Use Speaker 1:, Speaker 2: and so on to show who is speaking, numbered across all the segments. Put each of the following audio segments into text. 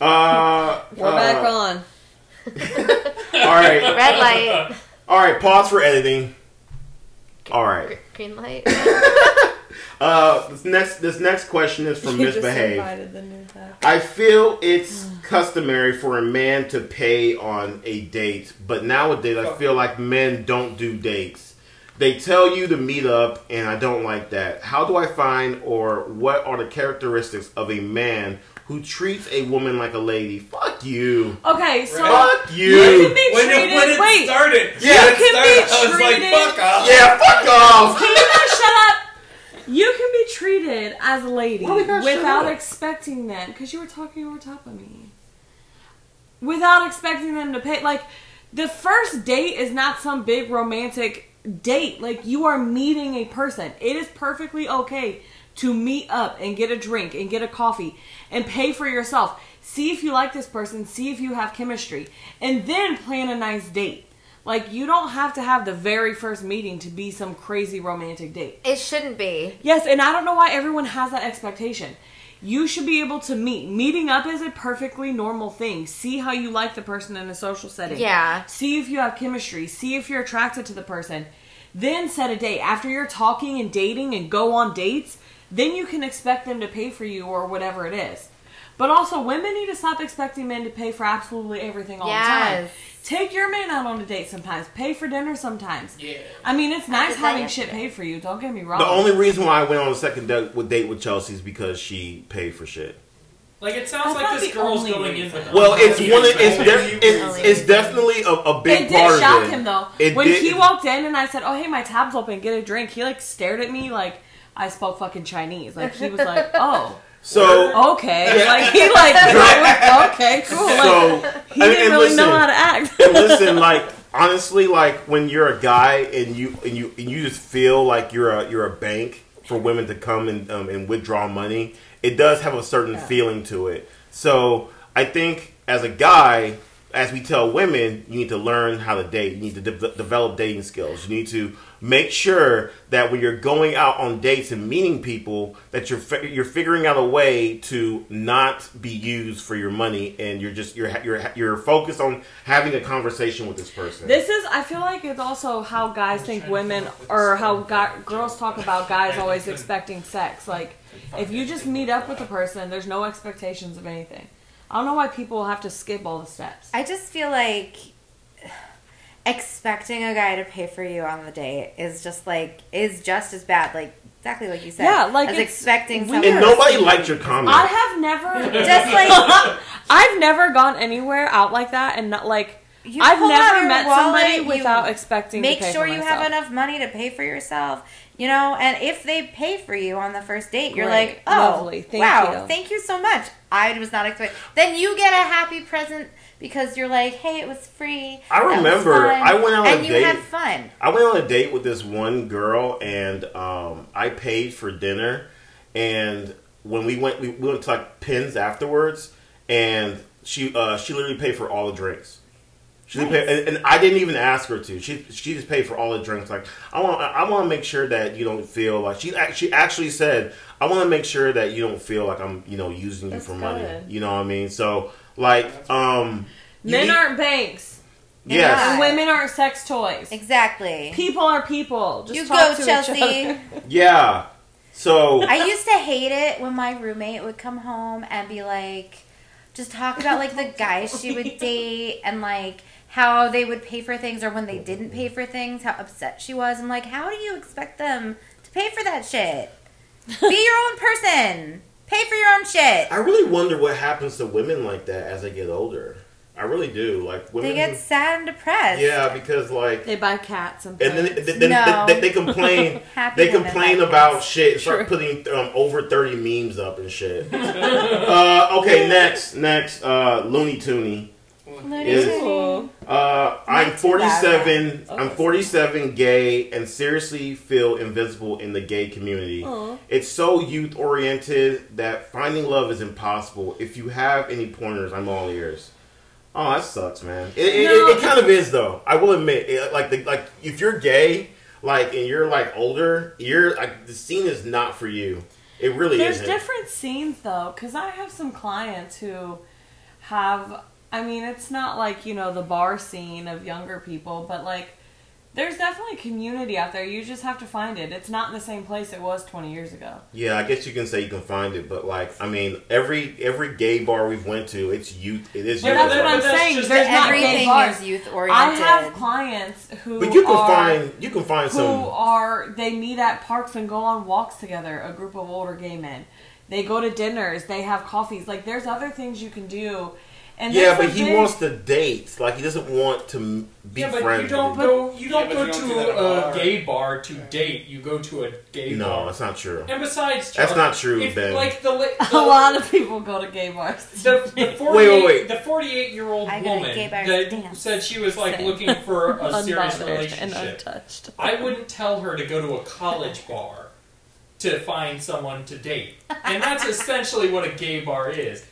Speaker 1: Uh,
Speaker 2: We're back
Speaker 1: uh,
Speaker 2: on.
Speaker 1: All right,
Speaker 3: Red light.
Speaker 1: all right. Pause for editing. All right.
Speaker 3: Gr- Green light.
Speaker 1: Uh, this next this next question is from
Speaker 2: You just
Speaker 1: Misbehave.
Speaker 2: invited the new back.
Speaker 1: I feel it's customary for a man to pay on a date, but nowadays I feel like men don't do dates. They tell you to meet up, and I don't like that. How do I find or what are the characteristics of a man who treats a woman like a lady? Fuck you.
Speaker 2: Okay, so
Speaker 4: Right.
Speaker 1: Fuck
Speaker 2: you can
Speaker 1: you.
Speaker 2: be
Speaker 4: When
Speaker 2: treated.
Speaker 4: it, when it
Speaker 2: wait,
Speaker 4: started,
Speaker 1: Yeah.
Speaker 4: when it
Speaker 2: You can be
Speaker 4: started, I
Speaker 2: treated-
Speaker 4: was like, fuck off.
Speaker 1: Yeah, fuck off.
Speaker 2: can you shut up? You can be treated as a lady
Speaker 1: Why we gotta shut
Speaker 2: without
Speaker 1: up?
Speaker 2: expecting them, because you were talking over top of me. Without expecting them to pay, like the first date is not some big romantic date. Like you are meeting a person. It is perfectly okay to meet up and get a drink and get a coffee and pay for yourself. See if you like this person. See if you have chemistry, and then plan a nice date. Like you don't have to have the very first meeting to be some crazy romantic date.
Speaker 3: It shouldn't be.
Speaker 2: Yes, and I don't know why everyone has that expectation. You should be able to meet. Meeting up is a perfectly normal thing. See how you like the person in a social setting.
Speaker 3: Yeah.
Speaker 2: See if you have chemistry. See if you're attracted to the person. Then set a date. After you're talking and dating and go on dates, then you can expect them to pay for you or whatever it is. But also, women need to stop expecting men to pay for absolutely everything all the time.
Speaker 3: Yes.
Speaker 2: Take your man out on a date sometimes. Pay for dinner sometimes.
Speaker 4: Yeah.
Speaker 2: I mean, it's nice
Speaker 3: did that
Speaker 2: having shit
Speaker 3: yesterday.
Speaker 2: paid for you. Don't get me wrong.
Speaker 1: The only reason why I went on a second date with- date with Chelsea is because she paid for shit.
Speaker 4: Like it sounds
Speaker 2: That's
Speaker 4: like
Speaker 2: not
Speaker 4: this
Speaker 2: the
Speaker 4: girl's
Speaker 2: only
Speaker 4: going in
Speaker 2: reason.
Speaker 4: with
Speaker 3: Oh,
Speaker 4: a-
Speaker 1: Well, it's
Speaker 4: Yeah,
Speaker 1: one. Of, it's,
Speaker 4: so-
Speaker 1: de- it's it's definitely a, a big
Speaker 2: it
Speaker 1: part
Speaker 2: did
Speaker 1: of
Speaker 2: shock
Speaker 1: it.
Speaker 2: him though.
Speaker 1: It
Speaker 2: when
Speaker 1: did-
Speaker 2: he walked in and I said, "Oh hey, my tab's open, get a drink," he like stared at me like I spoke fucking Chinese. Like he was like, "Oh,
Speaker 1: so
Speaker 2: okay." Like he like, "Okay, cool." Like,
Speaker 1: so and-
Speaker 2: he didn't
Speaker 1: and
Speaker 2: really
Speaker 1: listen,
Speaker 2: know how to act.
Speaker 1: and listen, like honestly, like when you're a guy and you and you and you just feel like you're a you're a bank for women to come and um, and withdraw money, it does have a certain feeling to it. So I think as a guy, as we tell women, you need to learn how to date. You need to de- develop dating skills. You need to make sure that when you're going out on dates and meeting people, that you're fi- you're figuring out a way to not be used for your money, and you're just you're ha- you're ha- you're focused on having a conversation with this person.
Speaker 2: This is I feel like it's also how guys think
Speaker 4: trying to
Speaker 2: women
Speaker 4: come up with
Speaker 2: or
Speaker 4: a
Speaker 2: how
Speaker 4: song
Speaker 2: guy,
Speaker 4: that-
Speaker 2: girls talk about guys always
Speaker 4: Couldn't-
Speaker 2: expecting sex. Like if you just meet up with a person, there's no expectations of anything. I don't know why people have to skip all the steps.
Speaker 5: I just feel like expecting a guy to pay for you on the date is just like is just as bad. Like exactly like you said.
Speaker 2: Yeah, like,
Speaker 5: as
Speaker 2: it's
Speaker 5: expecting
Speaker 2: weird.
Speaker 5: someone.
Speaker 1: and nobody liked your comment.
Speaker 2: I have never
Speaker 5: just like
Speaker 2: I've never gone anywhere out like that and not like
Speaker 5: you
Speaker 2: I've
Speaker 5: pull out
Speaker 2: never
Speaker 5: your
Speaker 2: met
Speaker 5: wallet,
Speaker 2: somebody
Speaker 5: you
Speaker 2: without expecting
Speaker 5: Make
Speaker 2: to pay
Speaker 5: sure
Speaker 2: for
Speaker 5: you
Speaker 2: myself.
Speaker 5: have enough money to pay for yourself. You know, and if they pay for you on the first date, you're
Speaker 2: Great.
Speaker 5: like, oh,
Speaker 2: Lovely. Thank
Speaker 5: wow,
Speaker 2: you."
Speaker 5: thank you so much. I was not expecting. Then you get a happy present because you're like, hey, it was free.
Speaker 1: I
Speaker 5: That was
Speaker 1: remember
Speaker 5: fun,
Speaker 1: I went on a
Speaker 5: and you
Speaker 1: date-
Speaker 5: had fun.
Speaker 1: I went on a date with this one girl, and um, I paid for dinner. And when we went, we, we went to like pins afterwards, and she uh, she literally paid for all the drinks. She didn't pay, and, and I didn't even ask her to. She she just paid for all the drinks. Like I want I want to make sure that you don't feel like she act- she actually said I want to make sure that you don't feel like I'm you know using you
Speaker 2: That's
Speaker 1: for money.
Speaker 2: good.
Speaker 1: You know what I mean? So like um you
Speaker 2: Men
Speaker 1: need-
Speaker 2: aren't banks.
Speaker 1: yes
Speaker 5: Yeah.
Speaker 2: And women aren't sex toys.
Speaker 5: Exactly.
Speaker 2: People are people. Just
Speaker 5: you
Speaker 2: talk
Speaker 5: go,
Speaker 2: to each
Speaker 5: Chelsea.
Speaker 2: other.
Speaker 1: yeah. So
Speaker 5: I used to hate it when my roommate would come home and be like, just talk about like the guys she would date and like how they would pay for things or when they didn't pay for things, how upset she was. I'm like, how do you expect them to pay for that shit? Be your own person. Pay for your own shit.
Speaker 1: I really wonder what happens to women like that as they get older. I really do. Like women,
Speaker 5: They get sad and depressed.
Speaker 1: yeah, because like,
Speaker 2: They buy cats and
Speaker 1: and then
Speaker 2: pets.
Speaker 1: then, then
Speaker 5: No.
Speaker 1: they, they complain.
Speaker 5: Happy
Speaker 1: they
Speaker 5: women
Speaker 1: complain
Speaker 5: like
Speaker 1: about
Speaker 5: this.
Speaker 1: shit. and Start putting um, over thirty memes up and shit. uh, okay, next, next, uh, Looney Tooney.
Speaker 5: Looney
Speaker 1: Is-
Speaker 5: Tunes.
Speaker 1: Uh, I'm
Speaker 5: Not too bad,
Speaker 1: 47. I'm 47, gay, and seriously feel invisible in the gay community.
Speaker 2: Aw.
Speaker 1: It's so youth oriented that finding love is impossible. If you have any pointers, I'm all ears. Oh, that sucks, man. It, it,
Speaker 2: No.
Speaker 1: it, it kind of is though. I will admit, it, like the, like if you're gay, like and you're like older, you're like the scene is not for you. It really
Speaker 2: There's
Speaker 1: isn't.
Speaker 2: different scenes though, because I have some clients who have I mean, it's not like, you know, the bar scene of younger people, but like there's definitely a community out there. You just have to find it. It's not in the same place it was 20 years ago.
Speaker 1: Yeah, I guess you can say you can find it, but like, I mean, every every gay bar we've went to, it's youth. It is.
Speaker 2: But
Speaker 1: youth
Speaker 2: that's what
Speaker 1: oriented.
Speaker 2: I'm
Speaker 3: That's
Speaker 2: saying.
Speaker 3: just
Speaker 2: There's not gay
Speaker 5: Everything
Speaker 2: bars.
Speaker 5: is youth
Speaker 2: I
Speaker 5: oriented.
Speaker 2: have clients who
Speaker 1: But you can
Speaker 2: are,
Speaker 1: find you can find
Speaker 2: who
Speaker 1: some.
Speaker 2: are they meet at parks and go on walks together. A group of older gay men. They go to dinners. They have coffees. Like there's other things you can do. And
Speaker 1: yeah,
Speaker 2: there's
Speaker 1: but
Speaker 2: a
Speaker 1: he
Speaker 2: big-
Speaker 1: wants to date. Like he doesn't want to m- be
Speaker 3: yeah, but
Speaker 1: friends.
Speaker 3: you don't
Speaker 1: with
Speaker 3: go. You don't
Speaker 4: but
Speaker 3: go
Speaker 4: you don't do that
Speaker 3: to
Speaker 4: at a
Speaker 3: a
Speaker 4: bar.
Speaker 3: gay bar to date. You go to a gay
Speaker 1: people. No,
Speaker 3: bar.
Speaker 1: that's not true.
Speaker 3: And besides,
Speaker 1: That's
Speaker 3: Chuck,
Speaker 1: not true,
Speaker 3: if,
Speaker 1: Ben.
Speaker 3: Like the, li-
Speaker 2: A
Speaker 3: the
Speaker 2: lot of people go to gay bars.
Speaker 3: the, the 48,
Speaker 1: wait, wait.
Speaker 3: The 48 year old
Speaker 5: I go to
Speaker 3: woman
Speaker 5: gay bars
Speaker 3: that
Speaker 5: dance.
Speaker 3: said she was like
Speaker 2: Same.
Speaker 3: looking for a serious
Speaker 2: Unbothered and
Speaker 3: relationship.
Speaker 2: untouched.
Speaker 3: I wouldn't tell her to go to a college bar to find someone to date. And that's essentially what a gay bar is.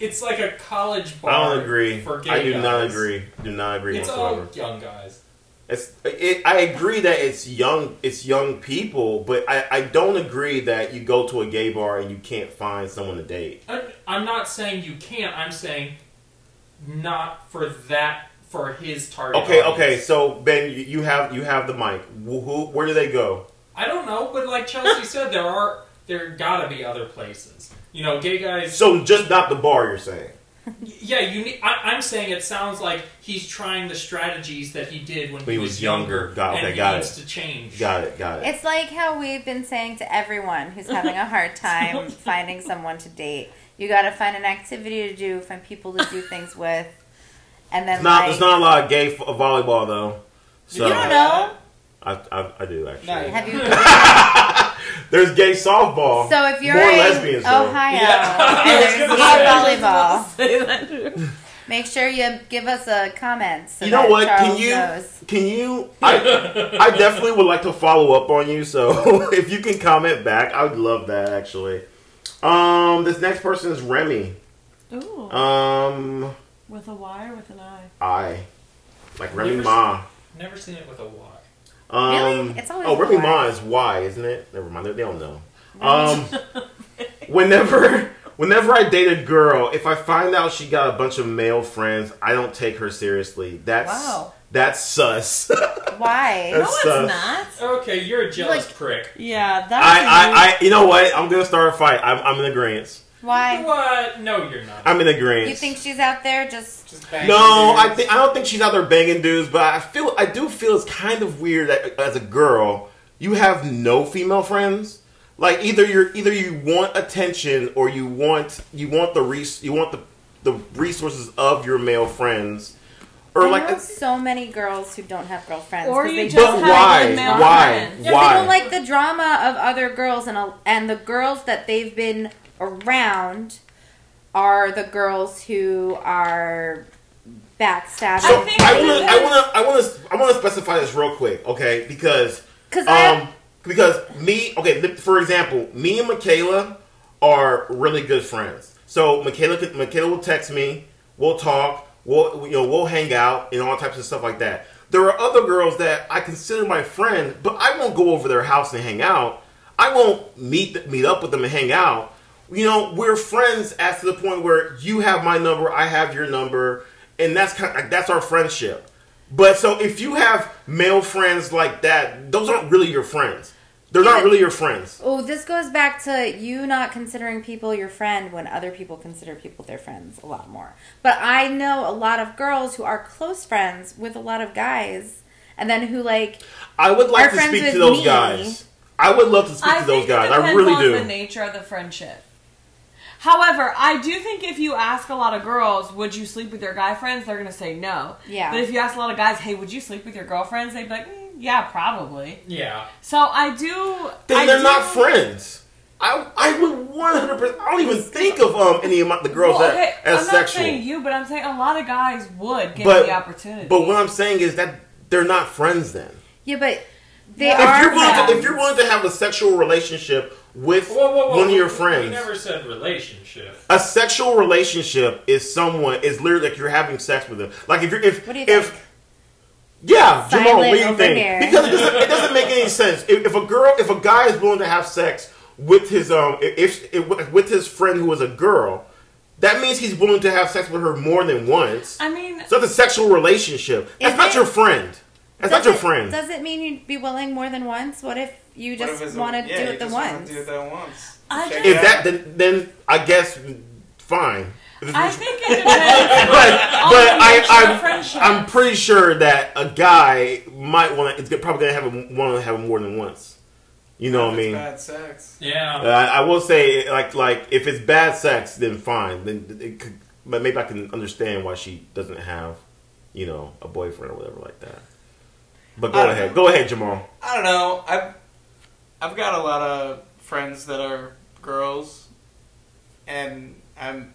Speaker 3: It's like a college bar.
Speaker 1: I don't agree.
Speaker 3: For gay
Speaker 1: I do not
Speaker 3: guys.
Speaker 1: agree. Do not agree
Speaker 3: It's all
Speaker 1: whatsoever.
Speaker 3: young guys.
Speaker 1: It's, it, I agree that it's young, it's young people, but I, I don't agree that you go to a gay bar and you can't find someone to date.
Speaker 3: I'm- I'm not saying you can't. I'm saying not for that for his target.
Speaker 1: Okay,
Speaker 3: audience.
Speaker 1: okay. So Ben, you- you have you have the mic. Who, who where do they go?
Speaker 3: I don't know, but like Chelsea said, there are there gotta be other places. You know, gay guys.
Speaker 1: So just not the bar. You're saying.
Speaker 3: Yeah, you. Need, I, I'm saying it sounds like he's trying the strategies that he did when,
Speaker 1: When he
Speaker 3: was,
Speaker 1: was younger. Got-
Speaker 3: and
Speaker 1: okay,
Speaker 3: he
Speaker 1: got
Speaker 3: needs to change.
Speaker 1: Got it. Got it.
Speaker 5: It's like how we've been saying to everyone who's having a hard time finding someone to date. You got to find an activity to do, find people to do things with, and then
Speaker 1: It's not.
Speaker 5: like,
Speaker 1: There's not a lot of gay f- volleyball though. So
Speaker 5: you don't know.
Speaker 1: I, I, I do actually.
Speaker 4: No, you
Speaker 5: Have you?
Speaker 1: There's gay softball.
Speaker 5: so if you're
Speaker 1: more
Speaker 5: in
Speaker 1: lesbians though.
Speaker 5: Ohio
Speaker 3: Yeah.
Speaker 5: and
Speaker 3: I was
Speaker 5: there's
Speaker 3: gonna
Speaker 5: gay
Speaker 3: say.
Speaker 5: volleyball,
Speaker 2: Say that.
Speaker 5: make sure you give us a comment. So
Speaker 1: You know
Speaker 5: that
Speaker 1: what? Can
Speaker 5: Charles
Speaker 1: you-
Speaker 5: Knows.
Speaker 1: Can you? I, I definitely would like to follow up on you. So if you can comment back, I would love that actually. Um, this next person is Remy.
Speaker 2: Ooh,
Speaker 1: Um,
Speaker 2: with a Y or with an I?
Speaker 1: I like Remy
Speaker 3: Never s-
Speaker 1: Ma.
Speaker 3: Never seen it with a Y.
Speaker 1: Um,
Speaker 5: Really? It's always
Speaker 1: oh, Remy
Speaker 5: Y.
Speaker 1: Ma is Y, isn't it? Never mind, they they don't know. Um, whenever, whenever I date a girl, if I find out she got a bunch of male friends, I don't take her seriously. That's
Speaker 2: Wow.
Speaker 1: that's sus.
Speaker 2: No,
Speaker 5: Why?
Speaker 1: That's,
Speaker 2: it's
Speaker 1: uh,
Speaker 2: not.
Speaker 3: Okay, you're a jealous
Speaker 5: Like-
Speaker 3: prick.
Speaker 2: Yeah, that's
Speaker 1: I, I, I, you know what? I'm gonna start a fight. I'm, I'm in agreement.
Speaker 5: Why?
Speaker 3: What? No, you're not.
Speaker 1: I'm in agreement.
Speaker 5: You think she's out there just?
Speaker 4: Just bang
Speaker 1: No,
Speaker 4: your
Speaker 1: I
Speaker 4: ears.
Speaker 1: think I don't think she's out there banging dudes, but I feel I do feel it's kind of weird that as a girl you have no female friends. Like either you're either you want attention or you want you want the res- you want the the resources of your male friends, or
Speaker 5: I
Speaker 1: like uh,
Speaker 5: know so many girls who don't have girlfriends.
Speaker 2: Or
Speaker 5: 'cause
Speaker 2: you
Speaker 5: they
Speaker 2: just
Speaker 1: but
Speaker 2: have
Speaker 1: why
Speaker 2: good male
Speaker 1: why
Speaker 2: friends.
Speaker 5: Yeah,
Speaker 1: why?
Speaker 5: they don't like the drama of other girls, and and the girls that they've been around are the girls who are
Speaker 1: so
Speaker 5: backstabbing.
Speaker 2: I think
Speaker 1: I want to
Speaker 2: because-
Speaker 1: I want to I want to I want to specify this real quick, okay? Because
Speaker 5: Because
Speaker 1: Um, because me, okay, th- for example, me and Michaela are really good friends. So Michaela, could- Michaela will text me, we'll talk, we'll you know we'll hang out and all types of stuff like that. There are other girls that I consider my friend, but I won't go over their house and hang out. I won't meet meet up with them and hang out. You know, we're friends as to the point where you have my number, I have your number, and that's kind like, that's our friendship. But so if you have male friends like that, those aren't really your friends. They're not really your friends.
Speaker 5: oh, this goes back to you not considering people your friend when other people consider people their friends a lot more. But I know a lot of girls who are close friends with a lot of guys, and then who like
Speaker 1: I would like
Speaker 5: Our
Speaker 1: to
Speaker 5: friends
Speaker 1: speak to
Speaker 5: with
Speaker 1: those
Speaker 5: me.
Speaker 1: guys. I would love to speak
Speaker 2: I
Speaker 1: to those
Speaker 2: think
Speaker 1: guys.
Speaker 2: It
Speaker 1: I
Speaker 2: depends
Speaker 1: really
Speaker 2: on The
Speaker 1: do.
Speaker 2: nature of the friendship. However, I do think if you ask a lot of girls, "Would you sleep with your guy friends?" they're gonna say no.
Speaker 5: Yeah.
Speaker 2: But if you ask a lot of guys, "Hey, would you sleep with your girlfriends?" they'd be like, "Mm, "Yeah, probably."
Speaker 3: Yeah.
Speaker 2: So I do. I
Speaker 1: Then they're
Speaker 2: do-
Speaker 1: not friends. I I would one hundred percent. I don't even think of um any of my, the girls
Speaker 2: Well,
Speaker 1: that,
Speaker 2: I'm
Speaker 1: as
Speaker 2: not
Speaker 1: sexual.
Speaker 2: saying you, but I'm saying a lot of guys would get
Speaker 1: But-
Speaker 2: the opportunity.
Speaker 1: But what I'm saying is that they're not friends then.
Speaker 5: yeah, but they
Speaker 2: If
Speaker 5: are.
Speaker 1: If you're willing to,
Speaker 5: friends.
Speaker 1: if you're willing to have a sexual relationship with
Speaker 3: Whoa, whoa, whoa.
Speaker 1: one of your
Speaker 3: we-
Speaker 1: friends,
Speaker 3: We never said relationship.
Speaker 1: A sexual relationship is someone is literally like you're having sex with them. Like if you're if
Speaker 5: What do you
Speaker 1: if
Speaker 5: think?
Speaker 1: yeah, Jamal, what do you
Speaker 5: Silent
Speaker 1: think?
Speaker 5: over here.
Speaker 1: Because it doesn't, it doesn't make any sense. If, if a girl, if a guy is willing to have sex with his um, if, if with his friend who is a girl, That means he's willing to have sex with her more than once.
Speaker 2: I mean,
Speaker 1: It's not a sexual relationship. That's
Speaker 5: Is
Speaker 1: not
Speaker 5: it-
Speaker 1: your friend. That's not
Speaker 5: Does
Speaker 1: your
Speaker 5: it-
Speaker 1: friend.
Speaker 5: Does it mean you'd be willing more than once? What if you
Speaker 4: What if
Speaker 5: just
Speaker 4: it's a-
Speaker 5: want to
Speaker 4: yeah,
Speaker 5: do
Speaker 4: you
Speaker 5: it the
Speaker 4: just wanna
Speaker 5: once?
Speaker 4: Do it that once.
Speaker 2: I
Speaker 4: Check
Speaker 2: just-
Speaker 4: it
Speaker 1: if
Speaker 4: out.
Speaker 1: that, then, then I guess fine.
Speaker 2: I think it depends.
Speaker 1: but but
Speaker 2: the
Speaker 1: I,
Speaker 2: nature of
Speaker 1: I'm
Speaker 2: friendship.
Speaker 1: I'm pretty sure that a guy might want to. It's probably gonna have him want to have him more than once. You know what I
Speaker 4: If it's
Speaker 1: mean?
Speaker 4: Bad sex.
Speaker 1: Uh,
Speaker 3: Yeah.
Speaker 1: I will say like like if it's bad sex, then fine. Then it could, but maybe I can understand why she doesn't have, you know, a boyfriend or whatever like that. But go
Speaker 4: I don't
Speaker 1: ahead,
Speaker 4: know.
Speaker 1: go ahead, Jamal.
Speaker 4: I don't know. I've I've got a lot of friends that are girls, and I'm.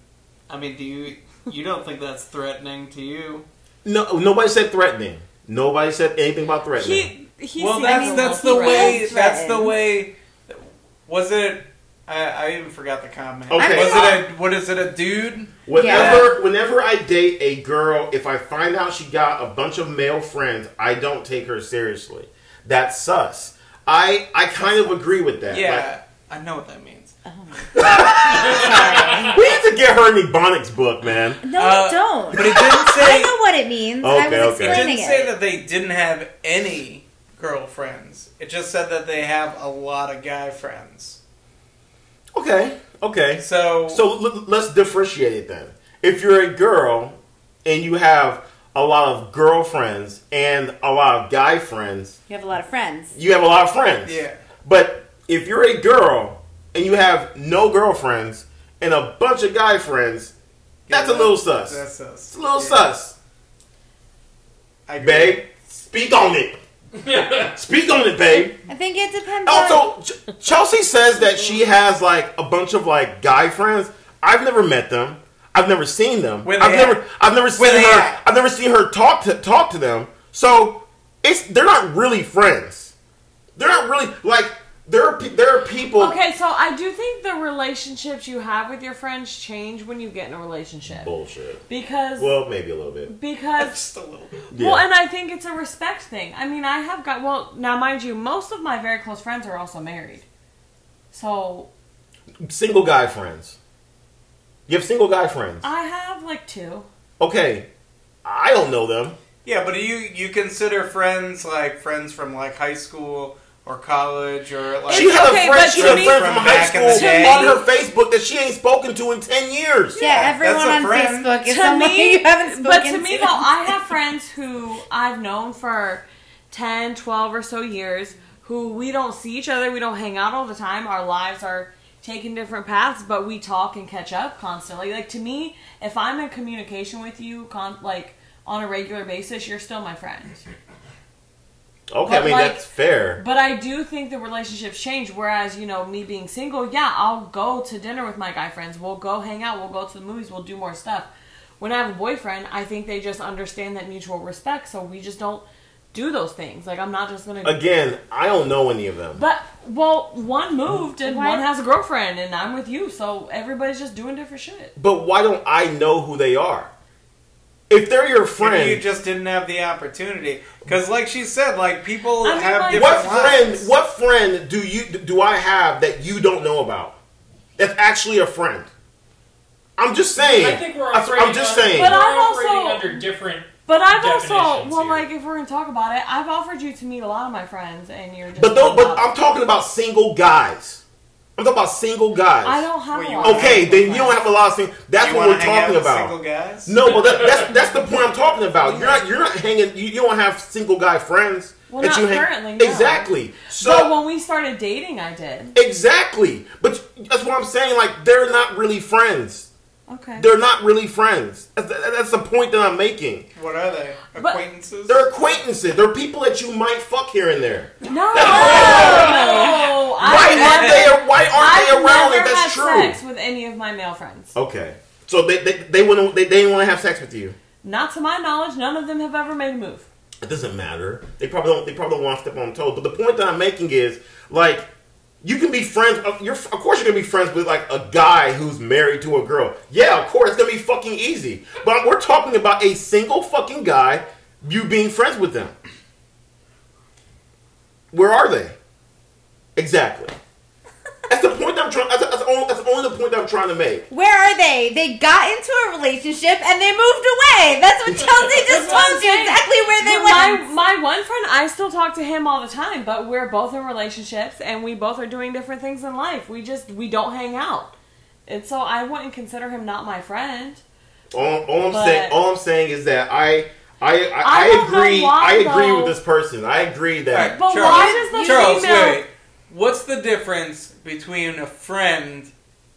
Speaker 4: I mean, do you you don't think that's threatening to you?
Speaker 1: No, nobody said threatening. Nobody said anything about threatening.
Speaker 2: He, he
Speaker 4: well,
Speaker 2: seems
Speaker 4: that's
Speaker 2: a
Speaker 4: that's the
Speaker 2: little
Speaker 4: way.
Speaker 5: threatened.
Speaker 4: That's the way. Was it? I, I even forgot the comment.
Speaker 1: Okay.
Speaker 4: Was it a what is it a dude?
Speaker 1: Whenever whenever I date a girl, if I find out she got a bunch of male friends, I don't take her seriously. That's sus. I I kind of agree with that.
Speaker 4: Yeah, I know what that means.
Speaker 5: Sorry.
Speaker 1: Like, we need to get her an Ebonics book, man.
Speaker 5: No,
Speaker 4: Uh,
Speaker 5: you don't.
Speaker 4: But it didn't
Speaker 5: I
Speaker 4: say.
Speaker 5: know what it means. I
Speaker 1: Okay,
Speaker 5: was
Speaker 1: okay.
Speaker 4: It
Speaker 5: explaining
Speaker 4: didn't say
Speaker 5: it.
Speaker 4: that they didn't have any girlfriends. It just said that they have a lot of guy friends.
Speaker 1: Okay, okay.
Speaker 4: So,
Speaker 1: So l- let's differentiate it then. If you're a girl and you have a lot of girlfriends and a lot of guy friends,
Speaker 5: You have a lot of friends.
Speaker 1: you have a lot of friends.
Speaker 4: yeah,
Speaker 1: But if you're a girl and you have no girlfriends and a bunch of guy friends, that's
Speaker 4: Yeah,
Speaker 1: a little sus.
Speaker 4: that's
Speaker 1: It's
Speaker 4: sus.
Speaker 1: a little
Speaker 4: Yeah,
Speaker 1: sus.
Speaker 4: I agree.
Speaker 1: Babe, speak on it. Speak on it, babe.
Speaker 5: I think it depends
Speaker 1: Oh,
Speaker 5: on.
Speaker 1: Also, Ch- Chelsea says that she has like a bunch of like guy friends. I've never met them. I've never seen them.
Speaker 4: Where they
Speaker 1: I've
Speaker 4: at?
Speaker 1: never I've never seen
Speaker 4: Where they
Speaker 1: her
Speaker 4: at?
Speaker 1: I've never seen her talk to talk to them. So, it's they're not really friends. They're not really like there are pe- there are people
Speaker 2: Okay, so I do think the relationships you have with your friends change when you get in a relationship
Speaker 1: bullshit.
Speaker 2: because
Speaker 1: Well, maybe a little bit.
Speaker 2: because
Speaker 4: Just a little bit.
Speaker 1: Yeah.
Speaker 2: Well, and I think it's a respect thing. I mean, I have got well now, mind you, most of my very close friends are also married, so
Speaker 1: single guy friends. You have single guy friends.
Speaker 2: I have like two.
Speaker 1: Okay. I don't know them.
Speaker 4: Yeah, but do you you consider friends like friends from like high school or college or like
Speaker 1: She
Speaker 2: It's
Speaker 1: had
Speaker 2: okay,
Speaker 1: a friend,
Speaker 2: but
Speaker 1: she
Speaker 2: to
Speaker 1: had a
Speaker 2: me-
Speaker 1: friend from,
Speaker 4: From
Speaker 1: high
Speaker 4: back in the
Speaker 1: school
Speaker 2: day.
Speaker 1: on her Facebook that she ain't spoken to in 10 years.
Speaker 5: Yeah, everyone
Speaker 4: that's a
Speaker 5: on
Speaker 4: friend.
Speaker 5: Facebook is
Speaker 2: to
Speaker 5: someone
Speaker 2: me,
Speaker 5: you haven't spoken
Speaker 2: but to me
Speaker 5: to.
Speaker 2: though, I have friends who I've known for 10, 12 or so years who we don't see each other, we don't hang out all the time. Our lives are taking different paths, but we talk and catch up constantly. Like to me, if I'm in communication with you con- like on a regular basis, you're still my friend.
Speaker 1: Okay, I
Speaker 2: But
Speaker 1: mean,
Speaker 2: like-
Speaker 1: that's fair.
Speaker 2: But I do think the relationships change. Whereas, you know, me being single, yeah, I'll go to dinner with my guy friends. We'll go hang out. We'll go to the movies. We'll do more stuff. When I have a boyfriend, I think they just understand that mutual respect. So we just don't do those things. Like, I'm not just going to.
Speaker 1: Again, I don't know any of them.
Speaker 2: But, well, one moved and
Speaker 5: Why-
Speaker 2: one has a girlfriend, and I'm with you. So everybody's just doing different shit.
Speaker 1: But why don't I know who they are? If they're your
Speaker 4: Maybe you
Speaker 1: friend,
Speaker 4: just didn't have the opportunity because, like she said, like people
Speaker 2: I mean,
Speaker 4: have
Speaker 2: like-
Speaker 4: different
Speaker 1: what
Speaker 4: lives.
Speaker 1: friend what friend do you do I have that you don't know about? That's actually a friend. I'm just saying.
Speaker 3: I think we're
Speaker 1: I'm-
Speaker 3: operating.
Speaker 1: I'm just
Speaker 3: on-
Speaker 1: saying.
Speaker 2: But
Speaker 3: we're
Speaker 2: I'm
Speaker 3: operating
Speaker 2: also-
Speaker 3: under different.
Speaker 2: But I've also,
Speaker 3: Definitions
Speaker 2: well,
Speaker 3: here.
Speaker 2: like, if we're going to talk about it, I've offered you to meet a lot of my friends, and you're just.
Speaker 1: But though, but
Speaker 2: not.
Speaker 1: I'm talking about single guys. I'm talking about single guys.
Speaker 2: I don't have
Speaker 4: Well,
Speaker 2: a
Speaker 4: you
Speaker 2: lot.
Speaker 4: wanna-
Speaker 1: Okay, then you don't have a lot of single. That's
Speaker 4: You
Speaker 1: what
Speaker 4: wanna
Speaker 1: we're
Speaker 4: hang out
Speaker 1: talking
Speaker 4: with
Speaker 1: about.
Speaker 4: Single guys.
Speaker 1: No, but that, that's that's the point I'm talking about. You're not you're not hanging. You, you don't have single guy friends.
Speaker 2: Well,
Speaker 1: that
Speaker 2: not
Speaker 1: you hang-
Speaker 2: currently, no.
Speaker 1: Exactly.
Speaker 2: But
Speaker 1: So
Speaker 2: when we started dating, I did.
Speaker 1: exactly. But that's what I'm saying. Like they're not really friends.
Speaker 2: Okay.
Speaker 1: They're not really friends. That's, that- that's the point that I'm making.
Speaker 4: What are they?
Speaker 2: But-
Speaker 4: Acquaintances.
Speaker 1: They're acquaintances. They're people that you might fuck here and there.
Speaker 2: No, no.
Speaker 1: Why aren't
Speaker 2: I
Speaker 1: they? Why
Speaker 2: I've
Speaker 1: aren't they around?
Speaker 2: never
Speaker 1: If that's
Speaker 2: had
Speaker 1: true.
Speaker 2: sex with any of my male friends.
Speaker 1: Okay. So they they, they wouldn't they, they didn't want to have sex with you.
Speaker 2: Not to my knowledge, none of them have ever made a move.
Speaker 1: It doesn't matter. They probably don't they probably don't want to step on toes. But the point that I'm making is like you can be friends. Of, you're, of course, you're gonna be friends with like a guy who's married to a girl. Yeah, of course, it's gonna be fucking easy. But we're talking about a single fucking guy. You being friends with them. Where are they? Exactly. That's the point I'm trying. That's, that's, only, that's only the point I'm trying to make.
Speaker 5: Where are they? They got into a relationship and they moved away. That's what Chelsea just
Speaker 2: That's what I'm
Speaker 5: told you
Speaker 2: saying.
Speaker 5: exactly where they
Speaker 2: my,
Speaker 5: went.
Speaker 2: my one friend, I still talk to him all the time, but we're both in relationships and we both are doing different things in life. We just we don't hang out, and so I wouldn't consider him not my friend.
Speaker 1: All, all I'm
Speaker 2: But-
Speaker 1: saying, all I'm saying is that I, I, I,
Speaker 2: I
Speaker 1: I,
Speaker 2: don't know
Speaker 1: agree.
Speaker 2: why,
Speaker 1: I agree
Speaker 2: though.
Speaker 1: with this person. I agree that.
Speaker 2: But
Speaker 4: Charles,
Speaker 2: why does the
Speaker 4: Charles,
Speaker 2: female-
Speaker 4: wait. What's the difference between a friend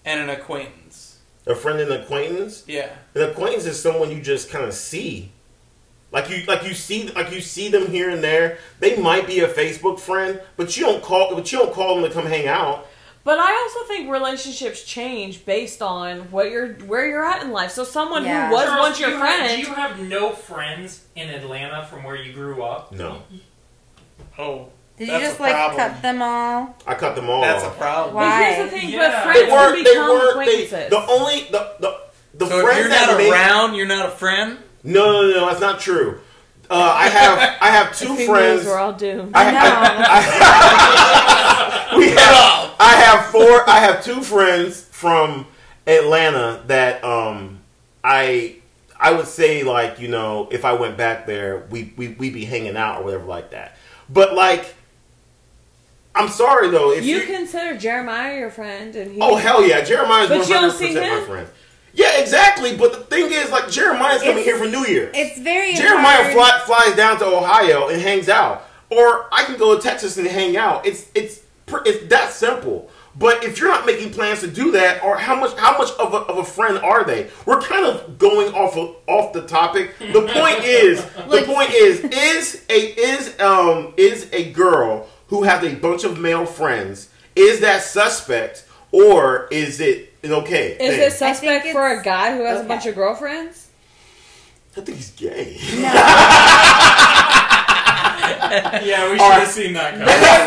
Speaker 4: and an acquaintance?
Speaker 1: a friend and acquaintance.
Speaker 4: Yeah.
Speaker 1: An acquaintance is someone you just kind of see, like you like you see like you see them here and there. They might be a Facebook friend, but you don't call but you don't call them to come hang out.
Speaker 2: But I also think relationships change based on what you're where you're at in life. So someone
Speaker 5: Yeah.
Speaker 2: who was
Speaker 3: Charles,
Speaker 2: once
Speaker 3: do
Speaker 2: your
Speaker 3: you have-
Speaker 2: friend,
Speaker 3: do you have no friends in Atlanta from where you grew up?
Speaker 1: No,
Speaker 4: Oh,
Speaker 5: Did you
Speaker 4: That's
Speaker 5: just
Speaker 4: a
Speaker 5: like
Speaker 4: problem.
Speaker 5: cut them all?
Speaker 1: I cut them all.
Speaker 4: that's a
Speaker 1: off.
Speaker 4: problem.
Speaker 5: Why?
Speaker 2: but here's the thing:
Speaker 3: Yeah.
Speaker 2: but
Speaker 1: They
Speaker 2: friends
Speaker 1: were.
Speaker 2: can
Speaker 1: They
Speaker 2: become
Speaker 1: were. They,
Speaker 2: acquaintances.
Speaker 1: the only the the the
Speaker 4: So if
Speaker 1: friends
Speaker 4: you're
Speaker 1: that
Speaker 4: not
Speaker 1: made-
Speaker 4: around, you're not a friend.
Speaker 1: No, no, no, no, that's not true. Uh, I have I have two
Speaker 2: Who
Speaker 1: friends.
Speaker 2: knows, we're all doomed.
Speaker 1: I, I- I- we have, I have four. I have two friends from Atlanta that um I I would say like you know if I went back there we we we be hanging out or whatever like that. But like I'm sorry though if you,
Speaker 2: you consider Jeremiah your friend, and he
Speaker 1: oh hell yeah Jeremiah's
Speaker 2: But you don't
Speaker 1: 100
Speaker 2: see
Speaker 1: percent my
Speaker 2: him?
Speaker 1: friend. Yeah, exactly. But the thing is like Jeremiah's coming
Speaker 5: It's-
Speaker 1: here for New Year.
Speaker 5: It's very
Speaker 1: Jeremiah
Speaker 5: hard.
Speaker 1: fly, flies down to Ohio and hangs out, or I can go to Texas and hang out. It's it's pr- it's that simple. But if you're not making plans to do that, or how much how much of a, of a friend are they? We're kind of going off of, off the topic. The point is, the
Speaker 5: Like-
Speaker 1: point is, is a is um is a girl who has a bunch of male friends is that suspect or is it an okay?
Speaker 2: is
Speaker 1: thing?
Speaker 2: it suspect
Speaker 5: it's-
Speaker 2: for a guy who has a
Speaker 5: okay.
Speaker 2: bunch of girlfriends?
Speaker 1: I think he's gay.
Speaker 3: Yeah, we should
Speaker 1: Alright.
Speaker 3: have seen that coming.
Speaker 5: I'm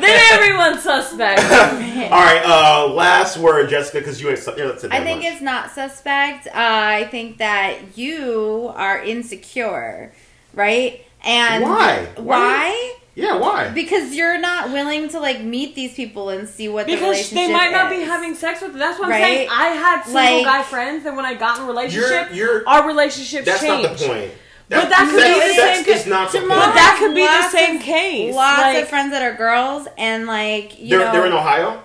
Speaker 2: then everyone's suspect.
Speaker 1: All right, uh, last word, Jessica, because you ain't su- you're not sitting
Speaker 5: I
Speaker 1: there
Speaker 5: think
Speaker 1: much.
Speaker 5: it's not suspect. Uh, I think that you are insecure, right? And
Speaker 1: Why?
Speaker 5: Why?
Speaker 1: Why Yeah, why?
Speaker 5: Because you're not willing to like meet these people and see what the
Speaker 2: because
Speaker 5: relationship
Speaker 2: they might not be
Speaker 5: is.
Speaker 2: having sex with. That's what I'm
Speaker 5: Right?
Speaker 2: saying. I had single
Speaker 5: Like-
Speaker 2: guy friends, and when I got in a relationship,
Speaker 1: you're-
Speaker 2: our relationship
Speaker 1: That's
Speaker 2: changed.
Speaker 1: not the point.
Speaker 2: But that could
Speaker 1: sex,
Speaker 2: be the
Speaker 1: sex
Speaker 2: same ca-
Speaker 1: is not the
Speaker 5: Jamal-
Speaker 2: But
Speaker 1: point.
Speaker 2: that could be the
Speaker 5: Lots
Speaker 2: same
Speaker 5: of-
Speaker 2: case.
Speaker 5: Lots
Speaker 2: Like,
Speaker 5: of friends that are girls and like you
Speaker 1: they're,
Speaker 5: know.
Speaker 1: they're in Ohio.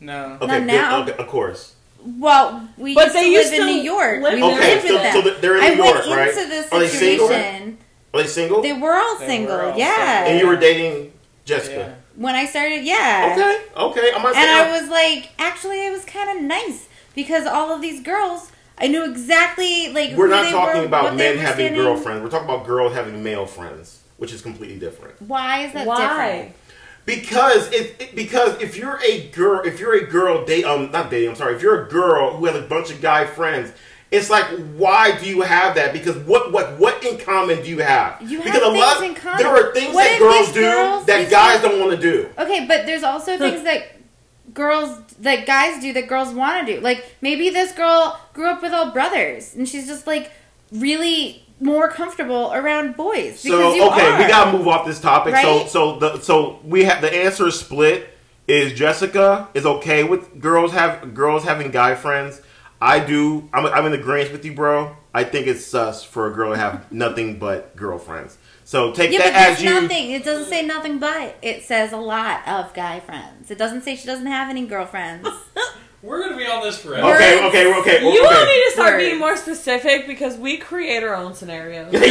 Speaker 4: No.
Speaker 1: Okay,
Speaker 5: Not
Speaker 1: they're-
Speaker 5: now.
Speaker 1: okay, of course.
Speaker 5: Well, we
Speaker 2: But
Speaker 5: used
Speaker 2: they
Speaker 5: to
Speaker 2: used
Speaker 5: live in
Speaker 2: to
Speaker 5: New York.
Speaker 2: live
Speaker 5: we
Speaker 2: there.
Speaker 1: Okay,
Speaker 5: lived with
Speaker 1: so-
Speaker 5: them.
Speaker 1: so they're in
Speaker 5: I
Speaker 1: New
Speaker 5: went
Speaker 1: York, right?
Speaker 5: into this
Speaker 1: Are they single?
Speaker 5: situation.
Speaker 1: Are they single?
Speaker 5: They were all
Speaker 4: They were
Speaker 5: single.
Speaker 4: all
Speaker 5: yeah.
Speaker 4: single.
Speaker 1: and you were dating Jessica.
Speaker 5: when I started, yeah.
Speaker 1: Okay, okay. I'm not
Speaker 5: And
Speaker 1: saying.
Speaker 5: I was like, actually, it was kind of nice because all of these girls, I knew exactly like.
Speaker 1: we're
Speaker 5: who
Speaker 1: not
Speaker 5: they
Speaker 1: talking
Speaker 5: were, what
Speaker 1: about
Speaker 5: they
Speaker 1: men
Speaker 5: were
Speaker 1: having
Speaker 5: standing-
Speaker 1: girlfriends. We're talking about girls having male friends, which is completely different.
Speaker 5: Why is that
Speaker 2: why?
Speaker 5: different?
Speaker 1: Because it, it- because if you're a girl, if you're a girl date um not dating, I'm sorry, if you're a girl who has a bunch of guy friends, it's like why do you have that? Because what what what in common do you have?
Speaker 5: You have
Speaker 1: because
Speaker 5: things in common.
Speaker 1: there are things
Speaker 5: What
Speaker 1: that
Speaker 5: if
Speaker 1: girls
Speaker 5: these
Speaker 1: do
Speaker 5: girls-
Speaker 1: that
Speaker 5: these
Speaker 1: guys
Speaker 5: girls-
Speaker 1: don't want to do.
Speaker 5: Okay, but there's also things that girls that guys do that girls want to do. Like maybe this girl grew up with all brothers and she's just like really more comfortable around boys.
Speaker 1: So
Speaker 5: because you
Speaker 1: okay,
Speaker 5: are.
Speaker 1: we gotta move off this topic. So
Speaker 5: Right?
Speaker 1: so the so we have the answer is split. Is Jessica is okay with girls have girls having guy friends? I do. I'm I'm in agreement with you, bro. I think it's sus for a girl to have nothing but girlfriends. So take
Speaker 5: Yeah, but
Speaker 1: that
Speaker 5: that's
Speaker 1: as you.
Speaker 5: nothing. It doesn't say nothing but. It says a lot of guy friends. It doesn't say she doesn't have any girlfriends.
Speaker 3: We're gonna be on this forever.
Speaker 1: Okay,
Speaker 5: Words.
Speaker 1: okay, okay.
Speaker 2: You all
Speaker 1: okay.
Speaker 2: need to start
Speaker 5: Words.
Speaker 2: being more specific because we create our own scenarios.
Speaker 1: yeah,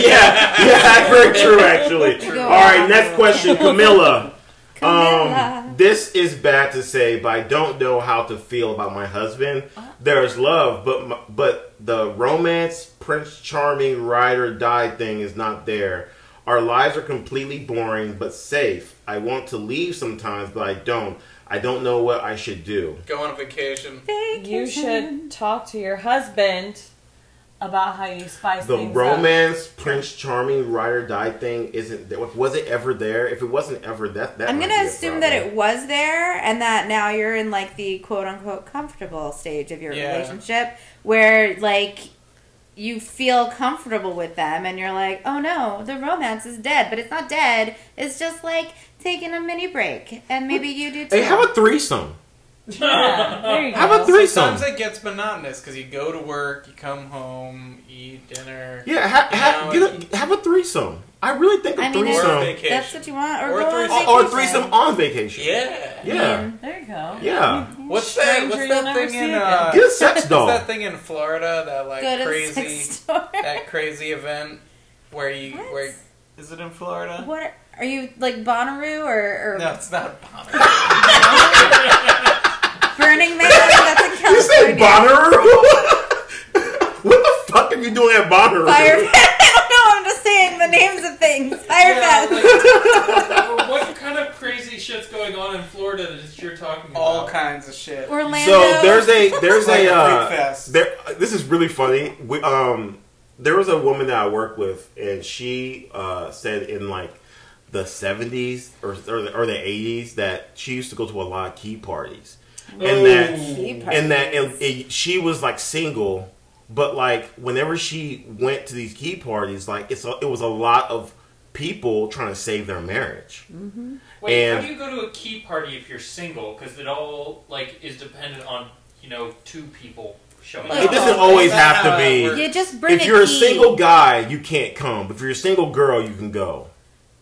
Speaker 1: yeah, very true. Actually,
Speaker 5: Go
Speaker 1: all right.
Speaker 5: on.
Speaker 1: Next question, Camilla.
Speaker 5: Camilla.
Speaker 1: Um, this is bad to say, but I don't know how to feel about my husband. There is love, but my, but the romance, Prince Charming, ride or die thing is not there. Our lives are completely boring but safe. I want to leave sometimes, but I don't. I don't know what I should do.
Speaker 4: Go on a vacation.
Speaker 2: You should talk to your husband about how you spice
Speaker 1: The
Speaker 2: things uh, up.
Speaker 1: romance, Prince Charming, ride or die thing isn't there. Was it ever there? If it wasn't ever, that that
Speaker 5: I'm
Speaker 1: might
Speaker 5: gonna
Speaker 1: be a
Speaker 5: assume that
Speaker 1: problem.
Speaker 5: it was there, and that now you're in like the quote unquote comfortable stage of your
Speaker 4: Yeah.
Speaker 5: relationship, where like you feel comfortable with them, and you're like, oh no, the romance is dead, but it's not dead. It's just like taking a mini break, and maybe you do too.
Speaker 1: Hey, have a threesome.
Speaker 2: Yeah, there you go.
Speaker 1: How about threesome?
Speaker 4: Sometimes it gets monotonous because you go to work, you come home, eat dinner,
Speaker 1: Yeah, ha- ha-
Speaker 4: You know,
Speaker 1: get a, have a threesome. I really think a
Speaker 5: I mean,
Speaker 4: or
Speaker 1: threesome
Speaker 4: vacation.
Speaker 5: That's what you want, or,
Speaker 4: Or
Speaker 5: go
Speaker 4: threesome.
Speaker 5: on
Speaker 1: or, or
Speaker 5: vacation.
Speaker 1: threesome on vacation.
Speaker 4: yeah.
Speaker 1: yeah,
Speaker 2: There you go.
Speaker 1: yeah.
Speaker 4: What's
Speaker 2: Stranger
Speaker 4: that? What's
Speaker 2: you'll
Speaker 4: that
Speaker 2: never
Speaker 4: thing
Speaker 2: see
Speaker 4: in?
Speaker 2: again.
Speaker 4: Uh,
Speaker 1: Get a sex doll.
Speaker 4: What's that thing in Florida? That like
Speaker 5: Go to
Speaker 4: crazy.
Speaker 5: sex store.
Speaker 4: that crazy event where you
Speaker 5: What?
Speaker 4: where is it in Florida?
Speaker 5: What are, are you like Bonnaroo or, or
Speaker 4: No, it's not Bonner.
Speaker 5: Burning Man? That's in
Speaker 1: You say
Speaker 5: California.
Speaker 1: Bonnaroo? what the fuck are you doing at Bonnaroo?
Speaker 5: Fire Fest. I don't know. I'm just saying the names of things. Fire
Speaker 3: Yeah,
Speaker 5: Fest.
Speaker 3: like, what kind of crazy shit's going on in Florida that you're talking about?
Speaker 4: All kinds of shit.
Speaker 5: Orlando.
Speaker 1: So there's a there's
Speaker 4: Like
Speaker 1: a
Speaker 4: a
Speaker 1: uh,
Speaker 4: freak fest.
Speaker 1: there. This is really funny. We, um, there was a woman that I worked with, and she uh, said in like the 70s or or the, or the 80s that she used to go to a lot of key parties, and that and that and it, she was like single, but like whenever she went to these key parties, like it's a, it was a lot of people trying to save their marriage.
Speaker 5: Mm-hmm.
Speaker 3: Wait,
Speaker 1: and-
Speaker 3: how do you go to a key party if you're single? Because it all like is dependent on you know two people showing
Speaker 5: Well,
Speaker 1: It
Speaker 3: up.
Speaker 1: doesn't always
Speaker 4: That's not
Speaker 1: have to
Speaker 4: how it
Speaker 1: be.
Speaker 4: works.
Speaker 5: you just bring
Speaker 1: if you're a
Speaker 5: key.
Speaker 1: single guy, you can't come. But if you're a single girl, you can go.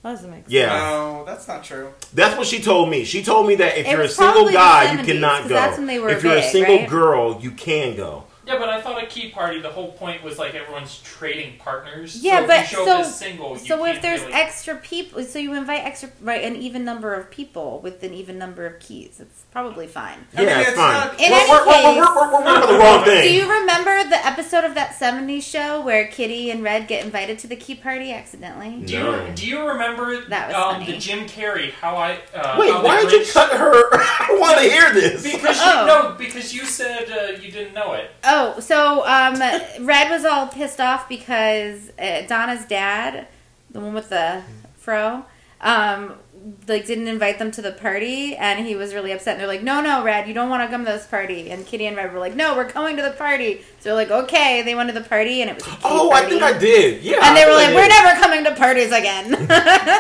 Speaker 2: That doesn't make sense.
Speaker 1: Yeah,
Speaker 4: No, that's not true.
Speaker 1: that's what she told me. She told me that if
Speaker 5: It
Speaker 1: you're a
Speaker 5: was
Speaker 1: single
Speaker 5: probably the
Speaker 1: guy, you
Speaker 5: 70s,
Speaker 1: cannot
Speaker 5: 'cause
Speaker 1: go.
Speaker 5: that's when they were
Speaker 1: if you're a
Speaker 5: big,
Speaker 1: single
Speaker 5: right?
Speaker 1: girl, you can go.
Speaker 3: Yeah, but I thought a key party. The whole point was like everyone's trading partners.
Speaker 5: Yeah,
Speaker 3: so
Speaker 5: but
Speaker 3: if you show up
Speaker 5: so-
Speaker 3: as
Speaker 1: Oh,
Speaker 3: single, you
Speaker 5: So
Speaker 3: can't
Speaker 5: if there's
Speaker 3: really...
Speaker 5: extra people, so you invite extra right an even number of people with an even number of keys. It's probably fine.
Speaker 4: I
Speaker 1: yeah,
Speaker 4: mean,
Speaker 1: it's
Speaker 4: it's
Speaker 1: fine.
Speaker 4: not-
Speaker 5: In
Speaker 1: we're,
Speaker 5: any
Speaker 1: we're, we're-
Speaker 5: case-
Speaker 1: we're- we're- we're working on the wrong
Speaker 5: Do
Speaker 1: thing.
Speaker 5: you remember the episode of that '70s show where Kitty and Red get invited to the key party accidentally?
Speaker 3: do you
Speaker 1: No.
Speaker 3: do you remember
Speaker 5: That was
Speaker 3: um,
Speaker 5: funny.
Speaker 3: the Jim Carrey? How I uh,
Speaker 1: Wait,
Speaker 3: how the
Speaker 1: why did you
Speaker 3: Grinch-
Speaker 1: cut her? I want to hear this.
Speaker 3: Because
Speaker 5: Oh.
Speaker 3: you no, because you said uh, you didn't know it.
Speaker 5: Oh, so um, Red was all pissed off because uh, Donna's dad, the one with the fro, um, like didn't invite them to the party, and he was really upset. And they're like, "No, no, Red, you don't want to come to this party." And Kitty and Red were like, "No, we're going to the party." So they're like, "Okay," they went to the party, and it was. a
Speaker 1: Oh,
Speaker 5: party.
Speaker 1: I think I did. Yeah,
Speaker 5: And they
Speaker 1: I
Speaker 5: were
Speaker 1: think I
Speaker 5: like, "We're
Speaker 1: did.
Speaker 5: never coming to parties again."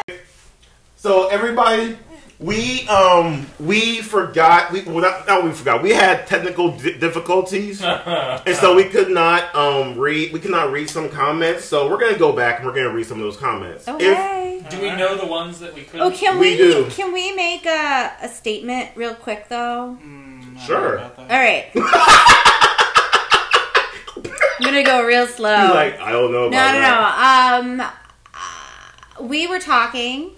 Speaker 1: So everybody, we um we forgot. We well, not, not we forgot. We had technical di- difficulties, and so we could not um read. We could not read some comments. So we're gonna go back and we're gonna read some of those comments.
Speaker 5: oh,
Speaker 1: If-
Speaker 5: hey.
Speaker 3: Do we know the ones that we couldn't?
Speaker 5: Oh, can
Speaker 1: We
Speaker 5: we,
Speaker 1: do.
Speaker 5: can we make a, a statement real quick though?
Speaker 4: Mm, I don't
Speaker 1: Sure.
Speaker 4: know about that.
Speaker 5: All right. I'm gonna go real slow.
Speaker 1: he's like I don't know.
Speaker 5: Oh. no,
Speaker 1: About
Speaker 5: no,
Speaker 1: that.
Speaker 5: no. Um, uh, we were talking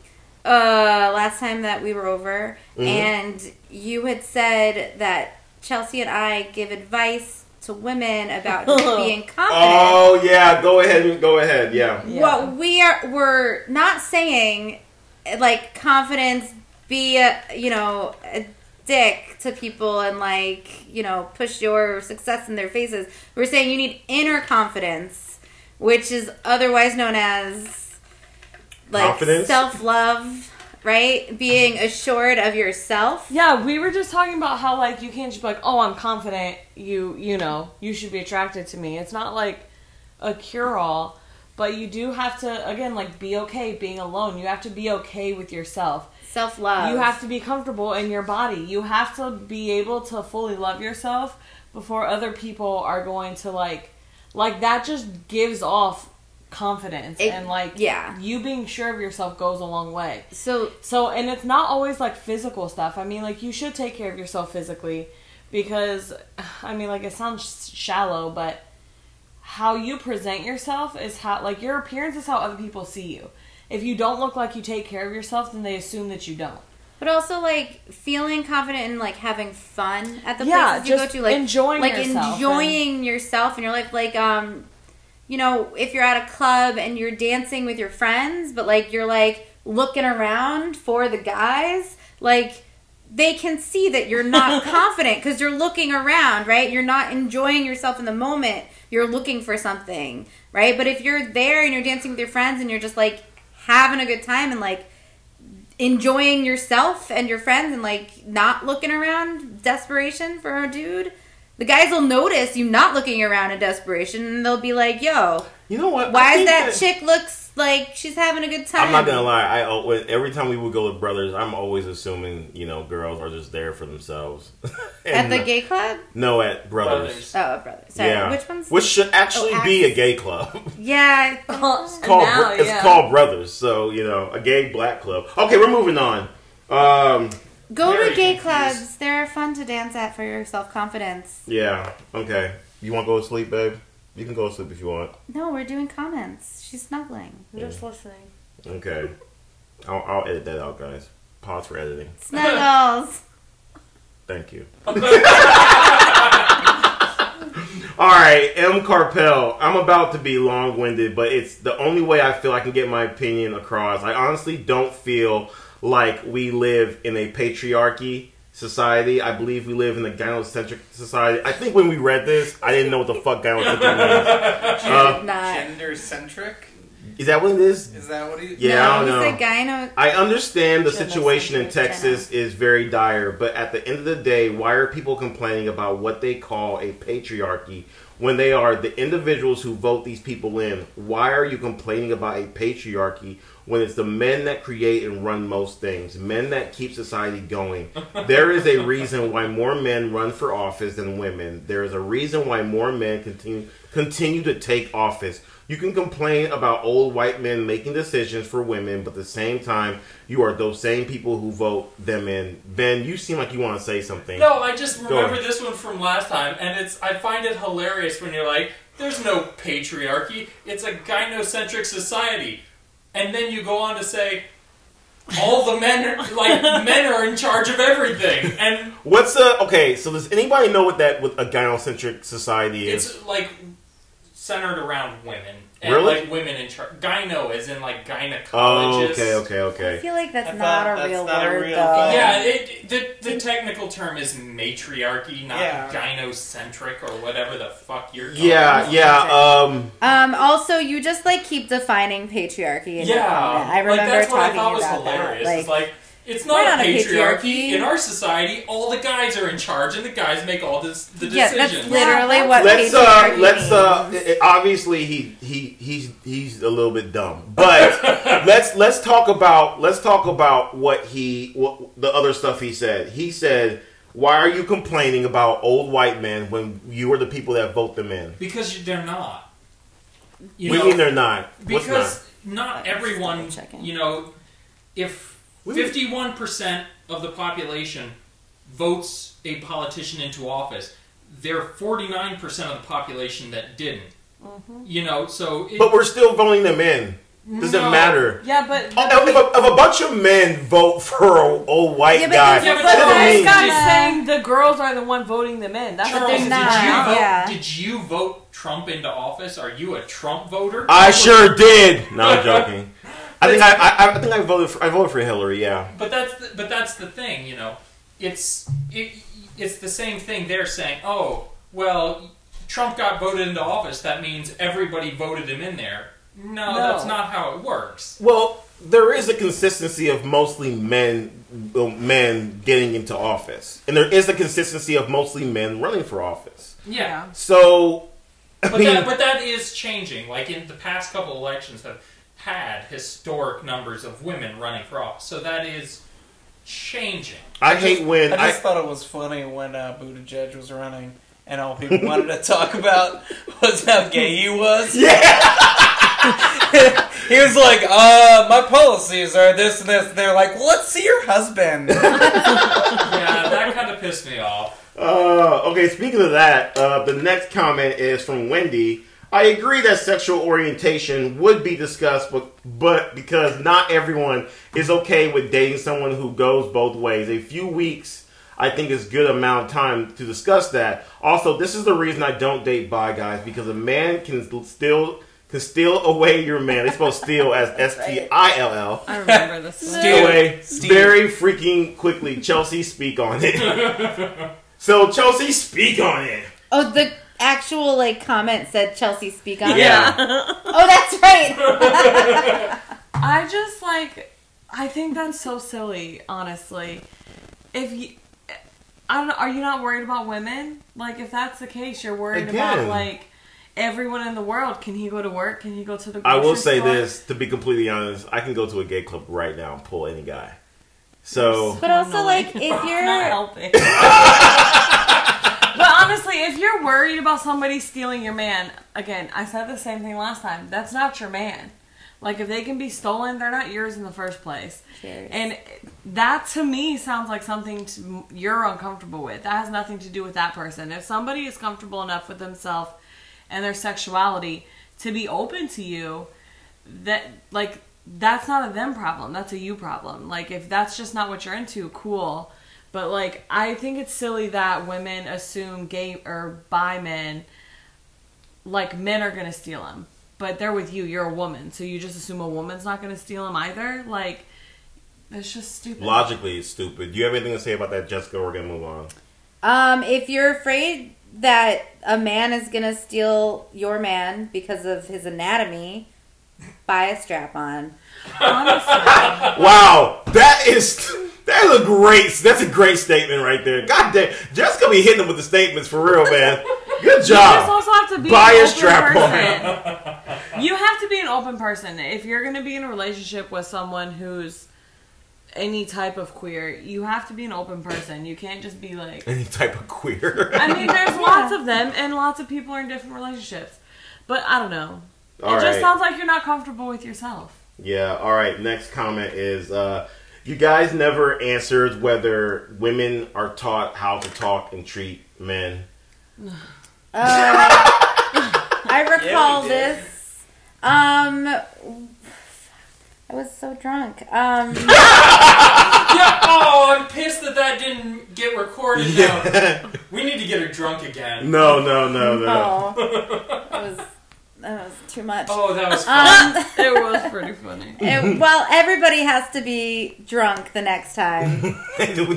Speaker 5: uh, last time that we were over,
Speaker 1: Mhm.
Speaker 5: and you had said that Chelsea and I give advice to women about just being confident.
Speaker 1: Oh yeah, go ahead. Go ahead. Yeah.
Speaker 2: Yeah.
Speaker 5: What we are we're not saying, like confidence, be a you know a dick to people and like you know push your success in their faces. We're saying you need inner confidence, which is otherwise known as like
Speaker 1: Confidence?
Speaker 5: self love, right? Being assured of yourself.
Speaker 2: Yeah, we were just talking about how like you can't just be like, oh, I'm confident. You you know you should be attracted to me. It's not like a cure all, but you do have to again like be okay being alone. You have to be okay with yourself.
Speaker 5: Self love.
Speaker 2: You have to be comfortable in your body. You have to be able to fully love yourself before other people are going to like like that just gives off confidence
Speaker 5: It-
Speaker 2: and like
Speaker 5: yeah.
Speaker 2: you being sure of yourself goes a long way.
Speaker 5: so
Speaker 2: So, and it's not always like physical stuff. I mean, like you should take care of yourself physically because I mean, like it sounds shallow, but how you present yourself is how like your appearance is how other people see you. If you don't look like you take care of yourself, then they assume that you don't.
Speaker 5: But also like feeling confident and like having fun at the
Speaker 2: Yeah,
Speaker 5: places you
Speaker 2: just
Speaker 5: go to, like
Speaker 2: enjoying
Speaker 5: like
Speaker 2: yourself
Speaker 5: enjoying yourself and your life. Like um, you know, if you're at a club and you're dancing with your friends, but like you're like looking around for the guys, like they can see that you're not confident because you're looking around, right? You're not enjoying yourself in the moment. You're looking for something, right? But if you're there and you're dancing with your friends and you're just like having a good time and like enjoying yourself and your friends and like not looking around desperation for a dude The guys will notice you not looking around in desperation, and they'll be like, "Yo,
Speaker 1: You know what? I
Speaker 5: why
Speaker 1: think
Speaker 5: is that, chick looks like she's having a good time?"
Speaker 1: I'm not gonna lie. I always, every time we would go with brothers, I'm always assuming you know girls are just there for themselves.
Speaker 5: At
Speaker 1: And
Speaker 5: the gay club?
Speaker 1: no, at brothers.
Speaker 3: Brothers.
Speaker 5: Oh, brother. Sorry.
Speaker 1: Yeah,
Speaker 5: Which one's?
Speaker 1: which should actually
Speaker 5: Oh,
Speaker 1: be a
Speaker 5: Axe.
Speaker 1: gay club.
Speaker 5: yeah. I-
Speaker 1: It's called
Speaker 2: now,
Speaker 1: it's
Speaker 2: yeah.
Speaker 1: called brothers. So you know, a gay black club. Okay, we're moving on. Um,
Speaker 5: Go
Speaker 3: Very
Speaker 5: to gay
Speaker 3: confused.
Speaker 5: clubs. They're fun to dance at for your self confidence.
Speaker 1: yeah. Okay. You want to go to sleep, babe? You can go to sleep if you want.
Speaker 5: No, we're doing comments. She's snuggling.
Speaker 2: I'm just listening.
Speaker 1: Okay. I'll, I'll edit that out, guys. Pause for editing.
Speaker 5: Snuggles.
Speaker 1: Thank you. All right, M. Carpel. I'm about to be long winded, but it's the only way I feel I can get my opinion across. I honestly don't feel like we live in a patriarchy society. I believe we live in a gynocentric society. I think when we read this, I didn't know what the fuck gynocentric means. Uh,
Speaker 5: not.
Speaker 4: Gender centric?
Speaker 1: Is that what it is?
Speaker 4: Is that what he?
Speaker 1: Yeah, I don't
Speaker 5: no,
Speaker 1: know.
Speaker 5: he's a gyno.
Speaker 1: I understand the
Speaker 5: Should've
Speaker 1: situation in
Speaker 5: listened to his
Speaker 1: Texas is very dire, but at the end of the day, why are people complaining about what they call a patriarchy when they are the individuals who vote these people in? Why are you complaining about a patriarchy when it's the men that create and run most things, men that keep society going? there is a reason why more men run for office than women. There is a reason why more men continue continue to take office. You can complain about old white men making decisions for women, but at the same time, you are those same people who vote them in. Ben, you seem like you want to say something.
Speaker 3: No, I just remember
Speaker 1: ahead.
Speaker 3: this one from last time, and it's I find it hilarious when you're like, "There's no patriarchy; it's a gynocentric society," and then you go on to say, "All the men, are, like men, are in charge of everything," and
Speaker 1: What's the okay? So does anybody know what that what a gynocentric society is?
Speaker 3: it's like centered around women and
Speaker 1: Really?
Speaker 3: like women in charge. Gyno, as in like gynecologist.
Speaker 1: oh, okay, okay,
Speaker 5: I
Speaker 1: okay.
Speaker 5: feel like that's
Speaker 4: I
Speaker 5: not
Speaker 4: thought
Speaker 5: a
Speaker 4: that's
Speaker 5: real
Speaker 4: not a
Speaker 5: word,
Speaker 4: real
Speaker 5: though.
Speaker 4: thing.
Speaker 3: Yeah, it, the the technical term is matriarchy, not
Speaker 4: Yeah.
Speaker 3: gynocentric or whatever the fuck you're. calling
Speaker 1: Yeah, yeah. Um,
Speaker 5: Um. Also, you just like keep defining patriarchy. In your
Speaker 3: Yeah,
Speaker 5: comment. I
Speaker 3: like,
Speaker 5: remember
Speaker 3: that's what I
Speaker 5: talking
Speaker 3: thought was
Speaker 5: about
Speaker 3: hilarious.
Speaker 5: that.
Speaker 3: it's like it's not,
Speaker 5: we're
Speaker 3: a
Speaker 5: not a
Speaker 3: patriarchy.
Speaker 5: patriarchy.
Speaker 3: in our society. All the guys are in charge, and the guys make all this, the
Speaker 5: yeah, that's
Speaker 3: decisions.
Speaker 5: literally
Speaker 2: Yeah,
Speaker 5: what
Speaker 1: let's uh
Speaker 5: patriarchy
Speaker 1: let's uh
Speaker 5: means.
Speaker 1: i- i- obviously he he he's he's a little bit dumb but let's let's talk about let's talk about what he what the other stuff he said he said why are you complaining about old white men when you are the people that vote them in
Speaker 3: because you- they're not. You
Speaker 1: we
Speaker 3: know,
Speaker 1: mean they're not what's not
Speaker 3: because not everyone,
Speaker 5: Just double checking.
Speaker 3: you know, if
Speaker 1: We-
Speaker 3: fifty-one percent of the population votes a politician into office, there are forty-nine percent of the population that didn't.
Speaker 2: Mm-hmm.
Speaker 3: You know, so it,
Speaker 1: but we're still voting them in doesn't
Speaker 3: No.
Speaker 1: matter
Speaker 2: Yeah, but
Speaker 1: Oh, If a, if a bunch of men vote for an old white
Speaker 5: Yeah, but
Speaker 1: guy,
Speaker 5: that's
Speaker 3: Yeah, but
Speaker 2: But
Speaker 1: that
Speaker 3: that's
Speaker 1: doesn't
Speaker 3: what
Speaker 2: this
Speaker 1: mean-
Speaker 3: I
Speaker 2: guy's
Speaker 5: Yeah.
Speaker 2: saying the girls are the one voting them in. That's
Speaker 3: Charles,
Speaker 2: what
Speaker 3: did
Speaker 2: they
Speaker 3: you,
Speaker 5: Nah,
Speaker 2: said.
Speaker 3: vote,
Speaker 5: yeah.
Speaker 3: did you vote Trump into office? Are you a Trump voter?
Speaker 1: I sure did. No, I'm joking. I think I, I, I think I voted for I voted for Hillary. Yeah.
Speaker 3: But that's the, but that's the thing, you know. It's it, it's the same thing. They're saying, oh, well, Trump got voted into office. That means everybody voted him in there. No,
Speaker 2: No.
Speaker 3: that's not how it works.
Speaker 1: Well, there is a consistency of mostly men uh, men getting into office, and there is a consistency of mostly men running for office.
Speaker 3: Yeah,
Speaker 1: So, I
Speaker 3: but
Speaker 1: mean,
Speaker 3: that but that is changing. Like in the past couple elections have had historic numbers of women running for office. So that is changing.
Speaker 1: I hate when
Speaker 4: I
Speaker 1: I,
Speaker 4: just thought it was funny when uh, Buttigieg was running, and all people wanted to talk about was how gay he was.
Speaker 1: yeah.
Speaker 4: He was like, "Uh, my policies are this and this." And they're like, well, "Let's see your husband."
Speaker 3: yeah, that kind of pissed me off.
Speaker 1: Uh, okay, speaking of that, uh, the next comment is from Wendy. I agree that sexual orientation would be discussed, but, but because not everyone is okay with dating someone who goes both ways, a few weeks I think is good amount of time to discuss that. Also, this is the reason I don't date bi guys because a man can still can steal away your man. They spell steal as S T I L L
Speaker 2: I remember this. one.
Speaker 4: Steal.
Speaker 1: away
Speaker 4: Steve.
Speaker 1: very freaking quickly. Chelsea, speak on it. so Chelsea, speak on it.
Speaker 5: Oh, the actual like comment said Chelsea speak on. it.
Speaker 1: Yeah,
Speaker 5: Oh, that's right.
Speaker 2: I just like I think that's so silly, honestly. If you I don't know. Are you not worried about women? Like, if that's the case, you're worried about
Speaker 1: Again.
Speaker 2: like everyone in the world. Can he go to work? Can he go to the?
Speaker 1: I
Speaker 2: Grocery
Speaker 1: will say
Speaker 2: store?
Speaker 1: this to be completely honest. I can go to a gay club right now and pull any guy. So
Speaker 5: But also, like,
Speaker 2: Annoying.
Speaker 5: if you're-
Speaker 2: not helping. but honestly, if you're worried about somebody stealing your man, again, I said the same thing last time. That's not your man. Like if they can be stolen, they're not yours in the first place.
Speaker 5: Cheers.
Speaker 2: And that to me sounds like something to, you're uncomfortable with. That has nothing to do with that person. If somebody is comfortable enough with themselves and their sexuality to be open to you, that like that's not a them problem. That's a you problem. Like if that's just not what you're into, cool. But like I think it's silly that women assume gay or bi men like men are gonna steal them. But they're with you. You're a woman, so you just assume a woman's not gonna steal them either. Like it's just stupid.
Speaker 1: logically, it's stupid. Do you have anything to say about that, Jessica? We're gonna move on.
Speaker 5: Um, if you're afraid that a man is gonna steal your man because of his anatomy, buy a strap on.
Speaker 2: Honestly,
Speaker 1: Wow, that is that is a great that's a great statement right there. God damn, Jessica be hitting them with the statements for real, man. Good
Speaker 2: you just
Speaker 1: job.
Speaker 2: also have to be
Speaker 1: Buy
Speaker 2: an
Speaker 1: a
Speaker 2: open
Speaker 1: strap on.
Speaker 2: person. you have to be an open person if you're going to be in a relationship with someone who's any type of queer you have to be an open person you can't just be like
Speaker 1: Any type of queer.
Speaker 2: i mean there's lots of them and lots of people are in different relationships but i don't know
Speaker 1: All
Speaker 2: it just
Speaker 1: right.
Speaker 2: sounds like you're not comfortable with yourself
Speaker 1: Yeah, all right. Next comment is uh, you guys never answered whether women are taught how to talk and treat men.
Speaker 5: Uh, I recall
Speaker 4: did.
Speaker 5: this. Um, I was so drunk. Um,
Speaker 3: yeah. Oh, I'm pissed that that didn't get recorded. Now we need to get her drunk again.
Speaker 1: no, no, no, no.
Speaker 5: oh, that was that was too much.
Speaker 3: Oh, that was fun.
Speaker 5: Um,
Speaker 2: it was pretty funny
Speaker 5: it- well, everybody has to be drunk the next time.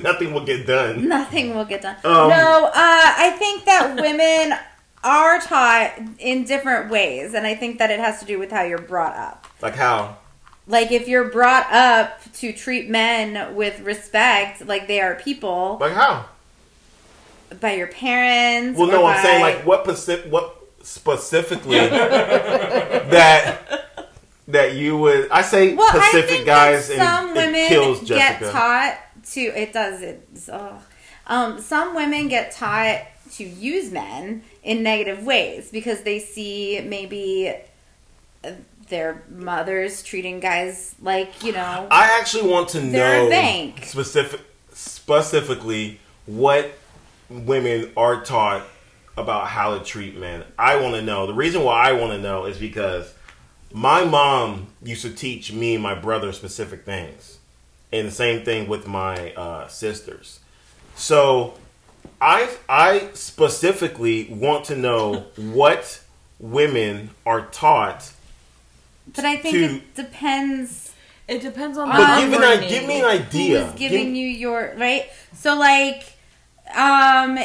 Speaker 1: Nothing will get done.
Speaker 5: Nothing will get done.
Speaker 1: Um,
Speaker 5: no, uh, I think that women are taught in different ways, and I think that it has to do with how you're brought up.
Speaker 1: Like how?
Speaker 5: Like, if you're brought up to treat men with respect, like they are people,
Speaker 1: Like how?
Speaker 5: by your parents.
Speaker 1: Well,
Speaker 5: or
Speaker 1: no,
Speaker 5: by-
Speaker 1: I'm saying like what paci- what specifically that that you would. I say
Speaker 5: Well, I
Speaker 1: Pacific
Speaker 5: think
Speaker 1: guys
Speaker 5: that
Speaker 1: and
Speaker 5: some
Speaker 1: it
Speaker 5: women
Speaker 1: kills
Speaker 5: get
Speaker 1: Jessica.
Speaker 5: taught to. It does. It's, ugh. Um, some women get taught to use men in negative ways because they see maybe uh, their mothers treating guys like you know.
Speaker 1: I actually want to
Speaker 5: They're a
Speaker 1: know
Speaker 5: bank.
Speaker 1: specific specifically what women are taught about how to treat men. I want to know. The reason why I want to know is because my mom used to teach me and my brother specific things, and the same thing with my uh, sisters. So I I specifically want to know what women are taught.
Speaker 5: but I think
Speaker 1: to-
Speaker 5: it depends
Speaker 2: it depends on the
Speaker 1: But give, an, i-
Speaker 2: upbringing.
Speaker 1: give me an
Speaker 5: who
Speaker 1: idea.
Speaker 5: is
Speaker 1: Give-
Speaker 5: giving you your right. So like, um.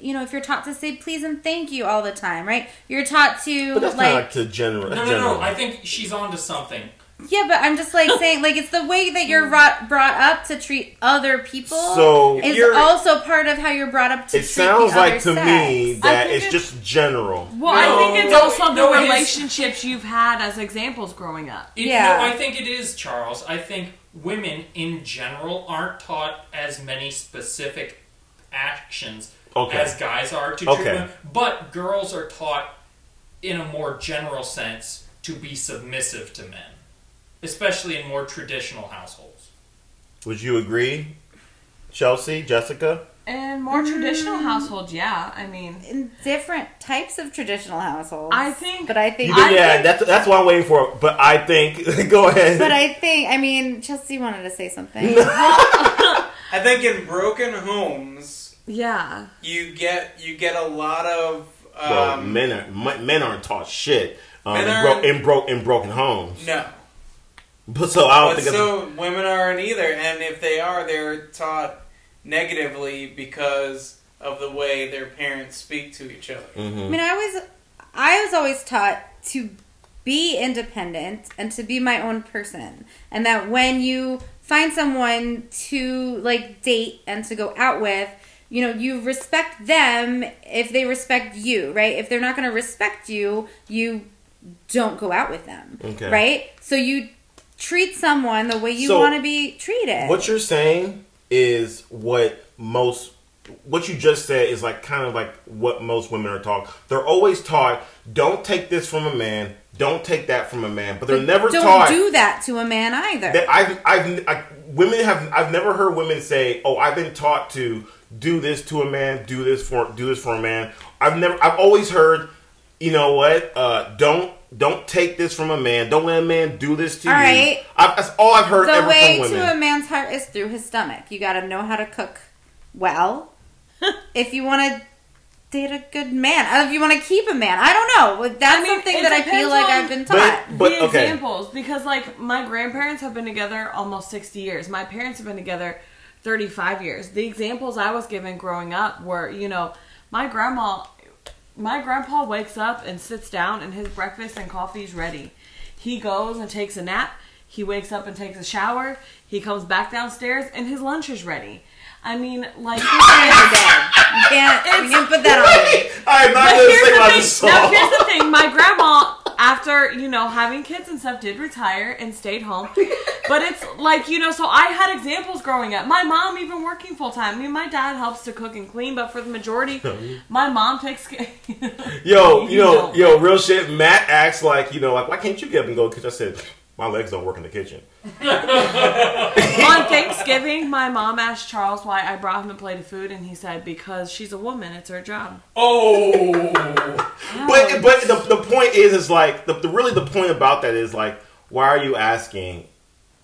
Speaker 5: You know, if you're taught to say please and thank you all the time, right? You're taught to
Speaker 1: But that's
Speaker 5: like
Speaker 1: not like to general.
Speaker 3: No, no,
Speaker 1: general.
Speaker 3: no. I think she's onto something.
Speaker 5: Yeah, but I'm just like saying, like it's the way that you're brought, brought up to treat other people.
Speaker 1: Hmm. So,
Speaker 5: is
Speaker 1: you're-
Speaker 5: also part of how you're brought up to.
Speaker 1: it
Speaker 5: treat
Speaker 1: sounds
Speaker 5: the
Speaker 1: like
Speaker 5: other
Speaker 1: to
Speaker 5: sex.
Speaker 1: me that
Speaker 2: think
Speaker 1: it's,
Speaker 2: it's-
Speaker 1: just general.
Speaker 2: well
Speaker 3: No.
Speaker 2: i think it's
Speaker 3: No,
Speaker 2: also
Speaker 3: no,
Speaker 2: the
Speaker 3: it is-
Speaker 2: relationships you've had as examples growing up
Speaker 3: It,
Speaker 5: Yeah.
Speaker 3: No, I think it is, Charles. I think women in general aren't taught as many specific actions
Speaker 1: Okay.
Speaker 3: as guys are to
Speaker 1: Okay.
Speaker 3: treat women, but girls are taught in a more general sense to be submissive to men, especially in more traditional households.
Speaker 1: Would you agree, Chelsea, Jessica?
Speaker 2: in more traditional households yeah i mean
Speaker 5: in different types of traditional households.
Speaker 2: I think-
Speaker 5: but I think,
Speaker 1: You think,
Speaker 2: I
Speaker 1: yeah,
Speaker 2: think-
Speaker 1: that's that's what I'm waiting for. But I think go ahead.
Speaker 5: but I think, I mean, Chelsea wanted to say something.
Speaker 4: I think in broken homes,
Speaker 2: Yeah.
Speaker 4: you get you get a lot of
Speaker 1: Well,
Speaker 4: um,
Speaker 1: men are m- men aren't taught shit um,
Speaker 4: Men
Speaker 1: in,
Speaker 4: are-
Speaker 1: bro- in broke in broken homes.
Speaker 4: no.
Speaker 1: But so I don't
Speaker 4: But
Speaker 1: think that's-
Speaker 4: so women aren't either, and if they are, they're taught negatively because of the way their parents speak to each other.
Speaker 1: Mm-hmm.
Speaker 5: I mean, I was, I was always taught to be independent and to be my own person, and that when you find someone to like date and to go out with, you know, you respect them if they respect you, right? If they're not going to respect you, you don't go out with them,
Speaker 1: Okay.
Speaker 5: right? So you treat someone the way you
Speaker 1: So,
Speaker 5: want to be treated.
Speaker 1: What you're saying is what most what you just said is like kind of like what most women are taught. They're always taught don't take this from a man, don't take that from a man, but they're never
Speaker 5: don't
Speaker 1: taught
Speaker 5: do that to a man either.
Speaker 1: that I've I've I, women have I've never heard women say, "Oh, I've been taught to do this to a man, do this for do this for a man." I've never I've always heard, you know what? Uh, don't don't take this from a man. Don't let a man do this to
Speaker 5: All
Speaker 1: you.
Speaker 5: right.
Speaker 1: I've, that's all I've heard
Speaker 5: the
Speaker 1: ever
Speaker 5: way
Speaker 1: from
Speaker 5: to a
Speaker 1: women.
Speaker 5: man's heart is through his stomach. You got to know how to cook well if you want to date a good man. Uh, If you want to keep a man, I don't know. Like, That's
Speaker 2: I mean,
Speaker 5: something
Speaker 2: it
Speaker 5: that I feel
Speaker 2: depends
Speaker 5: like
Speaker 2: on-
Speaker 5: I've been taught.
Speaker 1: But
Speaker 2: the
Speaker 1: okay.
Speaker 2: examples because like my grandparents have been together almost 60 years my parents have been together 35 years the examples i was given growing up were you know my grandma my grandpa wakes up and sits down and his breakfast and coffee's ready he goes and takes a nap he wakes up and takes a shower he comes back downstairs and his lunch is ready i mean like
Speaker 5: You're dead. You can't, you can't put that on. me.
Speaker 1: I'm not
Speaker 2: But
Speaker 1: going to
Speaker 2: here's
Speaker 1: say
Speaker 2: the
Speaker 1: about
Speaker 2: thing-
Speaker 1: this song.
Speaker 2: Now here's the thing. My grandma, after you know having kids and stuff, did retire and stayed home. But it's like you know, so I had examples growing up. My mom even working full time. I mean, my dad helps to cook and clean, but for the majority, my mom takes. care-
Speaker 1: Yo, you
Speaker 2: You
Speaker 1: know,
Speaker 2: don't.
Speaker 1: yo, real shit. Matt acts like you know, like why can't you get up and go? Because I said my legs don't work in the kitchen.
Speaker 2: On Thanksgiving, my mom asked Charles why I brought him a plate of food, and he said because she's a woman, it's her job.
Speaker 3: Oh,
Speaker 1: But but the, the point is is like the, the really the point about that is like why are you asking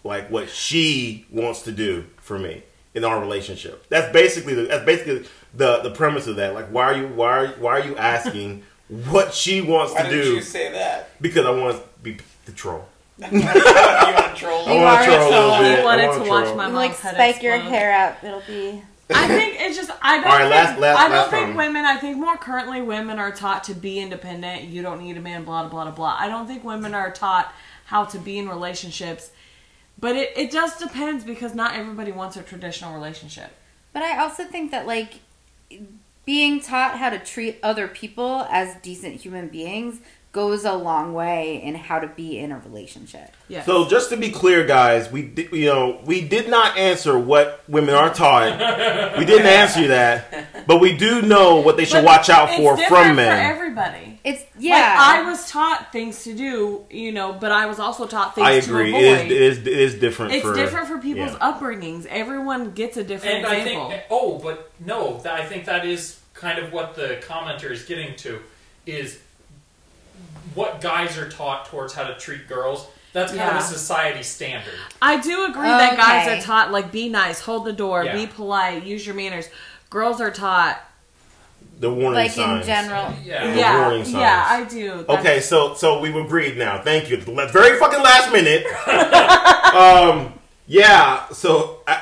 Speaker 1: like what she wants to do for me in our relationship? That's basically the, that's basically the the premise of that. Like why are you why are, why are you asking what she wants
Speaker 4: Why
Speaker 1: to
Speaker 4: did
Speaker 1: do?
Speaker 4: you say that?
Speaker 1: Because I want to be the troll.
Speaker 4: you want to troll?
Speaker 1: I want
Speaker 3: Oh.
Speaker 5: are
Speaker 1: to
Speaker 5: a
Speaker 1: troll a
Speaker 5: troll.
Speaker 1: little bit.
Speaker 2: I
Speaker 1: I
Speaker 2: wanted
Speaker 1: wanna
Speaker 2: to watch
Speaker 1: troll.
Speaker 2: my
Speaker 5: You
Speaker 2: mom's
Speaker 5: like
Speaker 2: head
Speaker 5: spike your
Speaker 2: explode.
Speaker 5: hair up. It'll be.
Speaker 2: I think it's just I don't.
Speaker 1: All right,
Speaker 2: think,
Speaker 1: last- last-
Speaker 2: I don't
Speaker 1: last
Speaker 2: think
Speaker 1: one.
Speaker 2: women. I think more currently women are taught to be independent. You don't need a man. Blah blah blah blah. I don't think women are taught how to be in relationships, but it it just depends because not everybody wants a traditional relationship.
Speaker 5: But I also think that like being taught how to treat other people as decent human beings goes a long way in how to be in a relationship.
Speaker 2: Yeah.
Speaker 1: So just to be clear, guys, we did, you know we did not answer what women are taught. we didn't answer that, but we do know what they should
Speaker 2: But
Speaker 1: watch out
Speaker 2: it's
Speaker 1: for
Speaker 2: different
Speaker 1: from
Speaker 2: For
Speaker 1: men.
Speaker 2: everybody.
Speaker 5: It's
Speaker 2: Yeah.
Speaker 5: yeah.
Speaker 2: Like, I was taught things to do, you know, but I was also taught things
Speaker 1: I agree.
Speaker 2: to
Speaker 1: It is,
Speaker 2: avoid.
Speaker 1: it is it is different.
Speaker 2: it's
Speaker 1: for,
Speaker 2: different for people's
Speaker 1: yeah.
Speaker 2: upbringings. Everyone gets a different
Speaker 3: and I
Speaker 2: example.
Speaker 3: think oh, but no, that, I think that is kind of what the commenter is getting to is what guys are taught towards how to treat girls. That's kind
Speaker 2: Yeah.
Speaker 3: of a society standard.
Speaker 2: I do agree that guys
Speaker 5: Okay.
Speaker 2: are taught like be nice, hold the door,
Speaker 3: Yeah.
Speaker 2: be polite, use your manners. Girls are taught,
Speaker 1: the warning
Speaker 5: like
Speaker 1: signs.
Speaker 5: in general.
Speaker 3: Yeah.
Speaker 1: The
Speaker 2: yeah,
Speaker 1: warning signs.
Speaker 2: yeah, I do. That's-
Speaker 1: Okay, so so we've agreed now. Thank you. The la- Very fucking last minute. um, yeah. So I,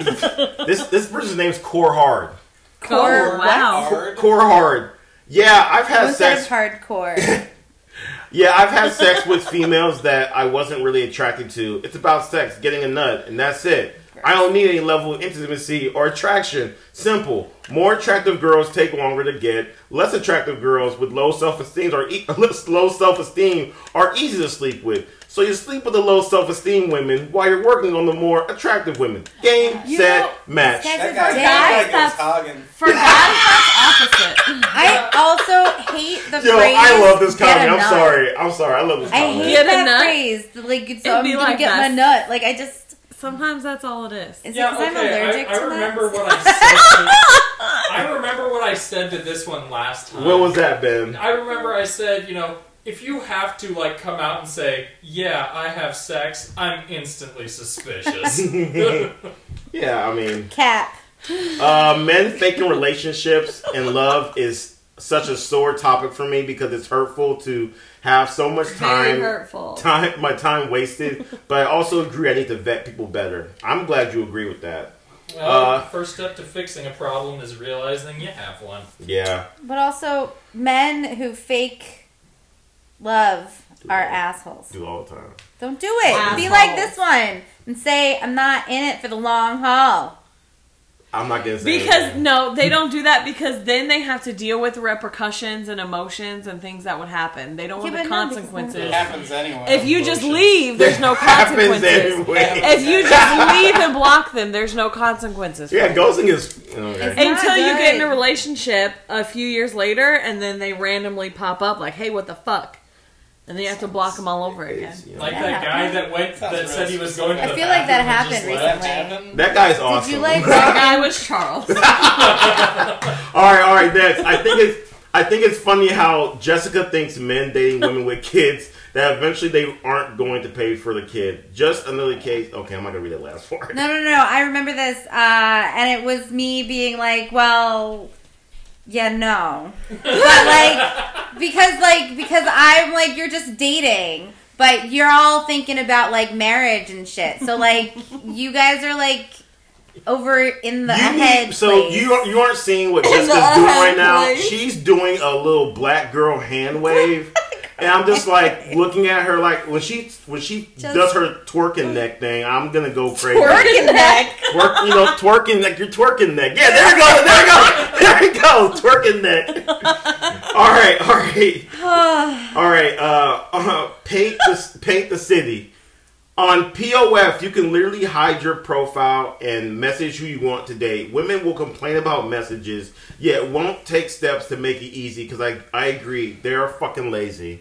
Speaker 1: this this person's name's Core Hard.
Speaker 2: cool.
Speaker 5: Or
Speaker 2: Oh, wow.
Speaker 4: Hard.
Speaker 1: Core Hard. Yeah, I've had
Speaker 5: Instead
Speaker 1: sex.
Speaker 5: of hardcore.
Speaker 1: Yeah, I've had sex with females that I wasn't really attracted to. It's about sex, getting a nut, and that's it. I don't need any level of intimacy or attraction. Simple. More attractive girls take longer to get. Less attractive girls with low self-esteem or e- low self-esteem are easy to sleep with. So you sleep with the low self-esteem women while you're working on the more attractive women. Game,
Speaker 2: You
Speaker 1: set,
Speaker 2: know,
Speaker 1: match.
Speaker 5: this guy's-
Speaker 4: That guy
Speaker 5: Dad,
Speaker 4: sounds like
Speaker 2: that's-
Speaker 4: it's Hagen.
Speaker 2: For guys, that's opposite.
Speaker 5: I also hate the
Speaker 1: Yo,
Speaker 5: phrase.
Speaker 1: I love this
Speaker 5: "get a
Speaker 1: comedy. I'm
Speaker 5: nut."
Speaker 1: sorry. I'm sorry. I love this
Speaker 5: I
Speaker 1: comedy.
Speaker 5: hate
Speaker 2: Get a
Speaker 5: that
Speaker 2: nut?
Speaker 5: phrase. Like it's, I'm
Speaker 2: be
Speaker 5: gonna
Speaker 2: like
Speaker 5: get my
Speaker 2: this.
Speaker 5: nut. Like I just
Speaker 2: Sometimes that's all it is.
Speaker 5: is
Speaker 3: Yeah,
Speaker 5: it
Speaker 3: okay.
Speaker 5: because I'm allergic
Speaker 3: I,
Speaker 5: to
Speaker 3: I remember
Speaker 5: nuts?
Speaker 3: what I said. To, I remember what I said to this one last time.
Speaker 1: What was that, Ben?
Speaker 3: I remember I said, you know, if you have to like come out and say, "Yeah, I have sex," I'm instantly suspicious.
Speaker 1: Yeah, I mean.
Speaker 5: Cap.
Speaker 1: Uh, men faking relationships and love is such a sore topic for me because it's hurtful to have so much
Speaker 2: Very
Speaker 1: time,
Speaker 2: hurtful.
Speaker 1: time my time wasted. But I also agree I need to vet people better. I'm glad you agree with that.
Speaker 3: well,
Speaker 1: Uh,
Speaker 3: first step to fixing a problem is realizing you have one.
Speaker 1: Yeah,
Speaker 5: But also men who fake love.
Speaker 1: Do
Speaker 5: are
Speaker 1: all-
Speaker 5: assholes.
Speaker 1: Do all the time.
Speaker 5: Don't do it. Be like this one and say, I'm not in it for the long haul.
Speaker 1: I'm not gonna say
Speaker 2: Because
Speaker 1: anything.
Speaker 2: no, they don't do that because then they have to deal with repercussions and emotions and things that would happen. They don't
Speaker 5: Yeah,
Speaker 2: want the
Speaker 5: but no, because then-
Speaker 4: It
Speaker 2: consequences.
Speaker 4: happens anyway.
Speaker 2: If you just
Speaker 4: Bullshit.
Speaker 2: leave, there's no
Speaker 1: That happens
Speaker 2: consequences.
Speaker 1: anyway.
Speaker 2: If you just leave and block them, there's no consequences.
Speaker 1: yeah, ghosting is. Okay.
Speaker 5: It's- not
Speaker 2: Until you get in a
Speaker 5: good.
Speaker 2: relationship a few years later, and then they randomly pop up like, "Hey, what the fuck?" And then you have to block them all over again.
Speaker 1: It's, you know.
Speaker 3: Like
Speaker 5: That
Speaker 3: that guy that went
Speaker 4: Sounds
Speaker 3: that said he was going. To
Speaker 5: I
Speaker 3: the
Speaker 5: feel like that
Speaker 3: bathroom and
Speaker 5: happened
Speaker 4: That
Speaker 3: just left.
Speaker 4: happened.
Speaker 1: that guy's awesome.
Speaker 5: Did you like
Speaker 2: That guy was Charles.
Speaker 1: All right, all right, next. I think it's I think it's funny how Jessica thinks men dating women with kids that eventually they aren't going to pay for the kid. Just another case. Okay, I'm not gonna read that last part.
Speaker 5: No, no, no. no. I remember this, uh, and it was me being like, "Well, yeah, no," but like because like because I'm like you're just dating, but you're all thinking about like marriage and shit. So like you guys are like over in the
Speaker 1: You need-
Speaker 5: head.
Speaker 1: so you aren't- you aren't seeing what Jessica's doing right now. She's doing a little black girl
Speaker 5: Oh
Speaker 1: hand wave, and I'm just like looking at her like when she when she
Speaker 5: Just-
Speaker 1: does her twerking neck thing, I'm gonna go crazy.
Speaker 5: working neck.
Speaker 1: Twerk, you know, twerking neck. You're twerking neck. Yeah, there it goes. There it goes. There it goes. Twerking neck. All right, all right. All right, uh, uh, paint the paint the city. On POF, you can literally hide your profile and message who you want to date. Women will complain about messages, yet won't take steps to make it easy. Because I I agree, they're fucking lazy.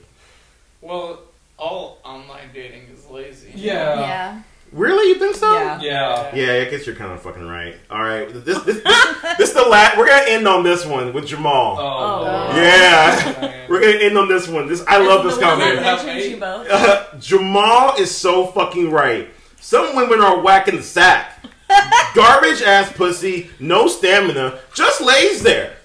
Speaker 4: Well, all online dating is lazy.
Speaker 3: Yeah.
Speaker 5: yeah.
Speaker 1: Really, you think so?
Speaker 2: Yeah.
Speaker 3: Yeah.
Speaker 1: Yeah, I guess you're kind of fucking right. All right, this this this, this the last. We're gonna end on this one with Jamal.
Speaker 3: Oh.
Speaker 2: Oh.
Speaker 1: yeah,
Speaker 4: Man.
Speaker 1: we're gonna end on this one. This I love this
Speaker 2: The one that
Speaker 1: comment.
Speaker 2: mentions you both.
Speaker 1: Uh, Jamal is so fucking right. Some women are whacking the sack. Garbage ass pussy, no stamina, just lays there.